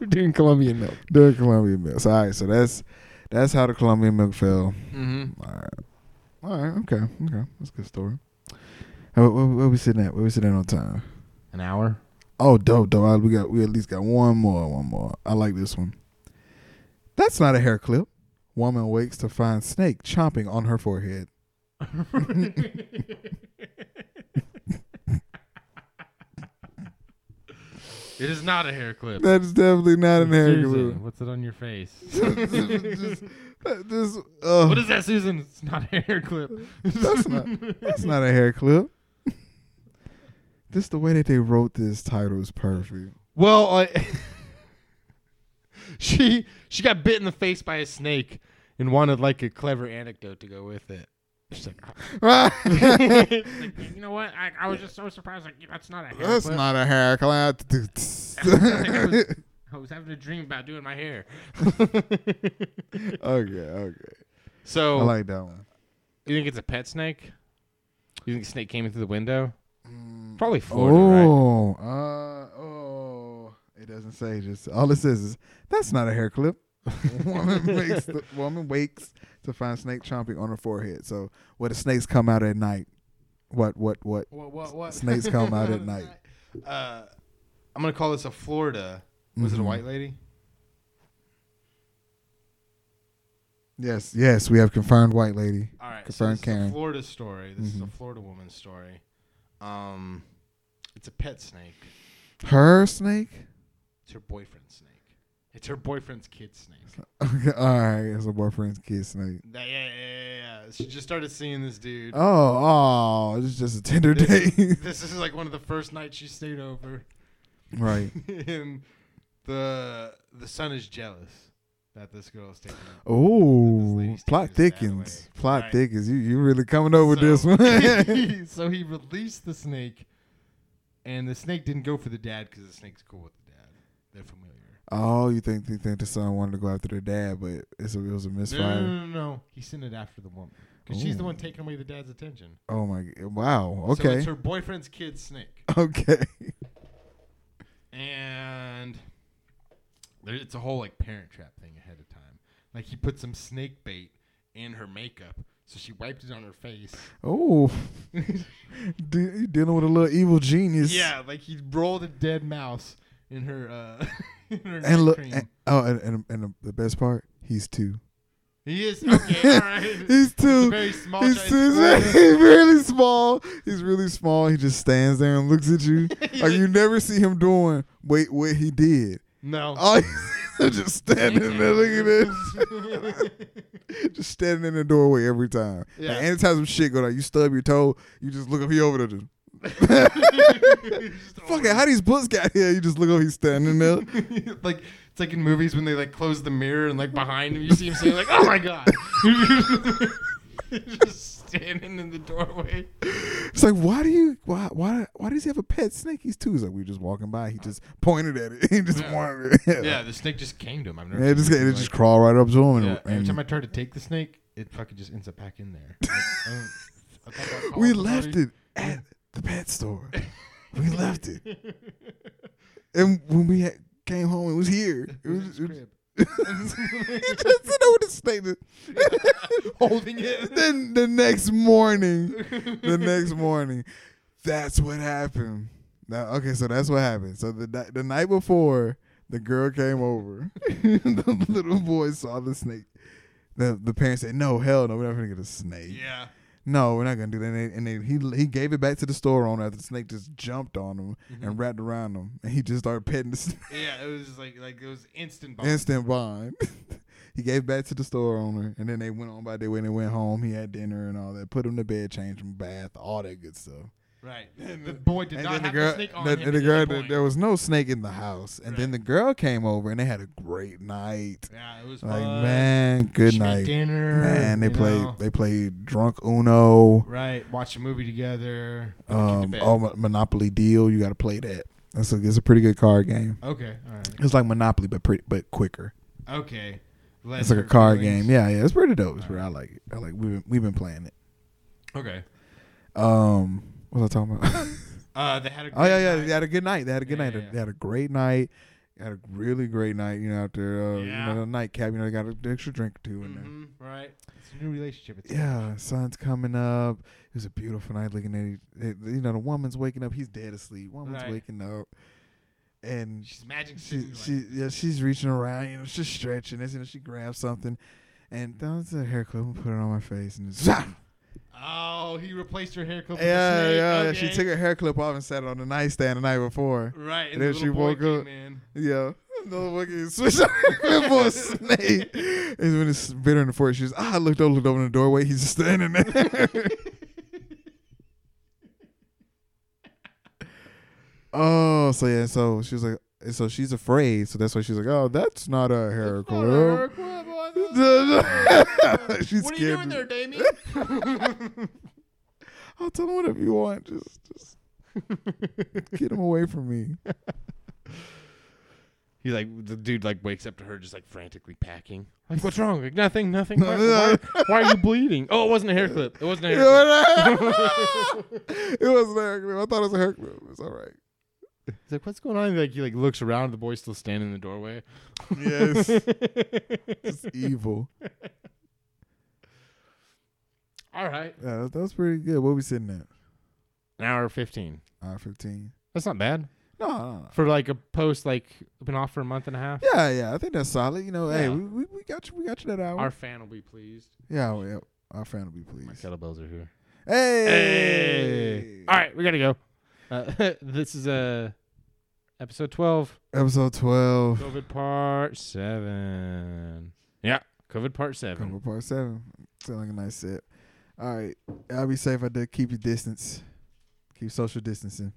We're doing Colombian milk. Doing Colombian milk. So, all right, so that's that's how the Colombian milk fell. Mm-hmm. All right, all right, okay, okay, that's a good story. Where, where, where we sitting at? Where we sitting at on time? An hour. Oh, dope, dope. I- We got we at least got one more, one more. I like this one. That's not a hair clip. Woman wakes to find snake chomping on her forehead. It is not a hair clip. That's definitely not an hair Susan, clip. what's it on your face? just, just, uh, what is that, Susan? It's not a hair clip. that's not that's not a hair clip. Just the way that they wrote this title is perfect. Well, I she she got bit in the face by a snake and wanted like a clever anecdote to go with it. She's like, that's It's like, you know what? I, I was just so surprised. Like, that's not a hair clip. not a hair clip. I was having a dream about doing my hair. okay, okay. I so, like that one. you think it's a pet snake? You think the snake came in through the window? Mm. Probably Florida, right? Oh, uh, oh! It doesn't say. Just all it says is that's not a hair clip. woman wakes. The, woman wakes to find snake chomping on her forehead. So where the snakes come out at night, What? What? What? What? What? What? Snakes come out at night. Uh, I'm gonna call this a Florida. Was it a Mhm. white lady? Yes, yes, we have confirmed white lady. All right. so Confirmed this is a Karen. Florida story. This is a Mhm. Florida woman story. Um, it's a pet snake. Her snake? It's her boyfriend's snake. It's her boyfriend's kid snake. Okay, all right, it's a boyfriend's kid snake. That- yeah, yeah, yeah, yeah. She just started seeing this dude. Oh, oh, it's just a Tinder This- date. This is like one of the first nights she stayed over. right. and the the son is jealous that this girl is taking. him. Oh, lady's plot taking us that thickens. way. Plot Right. thickens. You you really coming over this So- one. so he released the snake, and the snake didn't go for the dad because the snake's cool with the dad. They're familiar. oh, you think you think the son wanted to go after the dad, but it's a, it was a No, no, misfire. no, no, no. He sent it after the woman because she's the Ooh. one taking away the dad's attention. Oh my! g- Wow. So Okay. it's her boyfriend's kid snake, okay. and there, it's a whole like parent trap thing ahead of time. Like he put some snake bait in her makeup, so she wiped it on her face. Oh, De- you dealing with a little evil genius. Yeah, like he rolled a dead mouse in her uh in her night And look. cream. And, oh, and and, and the, the best part, he's two. he is okay, all right. He's It's a two. very small He's, giant he's, squirrel. he's really small. He's really small. He just stands there and looks at you. He's like like- you never see him doing. Wait, what he did? No. Oh, he's just standing there looking at it. just standing in the doorway every time. Yeah. Yeah. Like, anytime some shit go down, you stub your toe. You just look up. He over there. Just, Just fuck it. How these books got here? You just look up. He's standing there. like it's like in movies when they like close the mirror and like behind him you see him saying like, Oh my god Just standing in the doorway. It's like, why do you? Why? Why? Why does he have a pet snake? He's two. He's like, we were just walking by. He just pointed at it. He just Yeah. wanted it. Yeah, the snake just came to him. I've never Yeah, it seen just anything it like just crawl right up to him and, Yeah, every and- time I try to take the snake, it fucking just ends up back in there. Like, I don't- I thought that we called left somebody- it at the pet store. we left it, and when we had, came home, it was here. It in was, its it was- crib. he just sitting there with the snake, just- Holding it. Then the next morning, the next morning, that's what happened. Now, okay, so that's what happened. So the ni- the night before, the girl came over. the little boy saw the snake. The the parents said, "No, hell no, we're not gonna get a snake." Yeah. no, we're not gonna do that. And, they, and they, he he gave it back to the store owner after the snake just jumped on him and wrapped around him, and he just started petting the snake. Mm-hmm. Yeah, it was like like it was instant bond. Instant bond. he gave it back to the store owner, and then they went on by their way and they went home. He had dinner and all that. Put him to bed, changed him, bath, all that good stuff. right. And the boy did And not then the have girl, the snake on the, him. and the at girl, any point. there was no snake in the house. And Right. then the girl came over, and they had a great night. yeah, it was Like fun. man, good She made night. Dinner. Man, they you played know. they played drunk Uno. Right. Watch a movie together. then went to Um, bed. oh, Mon- Monopoly Deal. You got to play that. That's a, it's a pretty good card game. okay. All right. It's like Monopoly, but pretty, but quicker. Okay. it's like a Lesser card feelings. game. Yeah, yeah. It's pretty dope. It's pretty, I like it. I like. We've been, we've been playing it. Okay. Um, what was I talking about? Uh, they had a. oh yeah, yeah. great night. They had a good night. They had a good Yeah, night. yeah, yeah. They had a great night. They had a really great night. You know, after uh, Yeah. you know the nightcap. You know, they got an extra drink or 2 in there. Mhm, right. It's a new relationship. It's Yeah, sun's coming up. It was a beautiful night. Looking at it, you know, the woman's waking up. He's dead asleep. Woman's Right. waking up, and She's magic. she, Susan, like, she yeah, she's reaching around, you know, she's stretching. And then she grabs something, and that was a hair clip and put it on my face, and it's, yeah, Oh, he replaced her hair clip. with a yeah, snake, yeah. okay. She took her hair clip off and sat it on the nightstand the night before. Right, and, and then then she she boy woke came up. in. Yeah. No fucking switch her hair clip for a snake. And when it's bitter in the forest, she's ah, I looked over, looked over in the doorway. He's just standing there. oh, so yeah, so she was like, and so she's afraid. So that's why she's like, oh, that's not a hair Oh, clip. her clip, oh, I thought- She's what are you doing scared. there, Damien? I'll tell him whatever you want. Just, just get him away from me. he like the dude like wakes up to her just like frantically packing. Like what's wrong? Like nothing, nothing. No, Why, no. why- why are you bleeding? Oh, it wasn't a hair clip. It wasn't a You hair clip. know what I- it wasn't a hair clip. I thought it was a hair clip. It's all right. He's like, what's going on? Like he like looks around. The boy's still standing in the doorway. Yes, it's evil. All right. Yeah, that, that was pretty good. What we sitting at? An hour fifteen. Hour fifteen. That's not bad No, no, no. for like a post like been off for a month and a half. Yeah, yeah. I think that's solid. You know, hey, Yeah. we, we, we got you. We got you that hour. Our fan will be pleased. yeah, we- yeah. Our fan will be My pleased. kettlebells are here. Hey. All right, we gotta go. Uh, this is uh, episode twelve, Episode twelve. COVID part seven. Yeah, COVID part seven. Combo part seven. Sound like a nice set. All right. I'll be safe. I did keep your distance. Keep social distancing.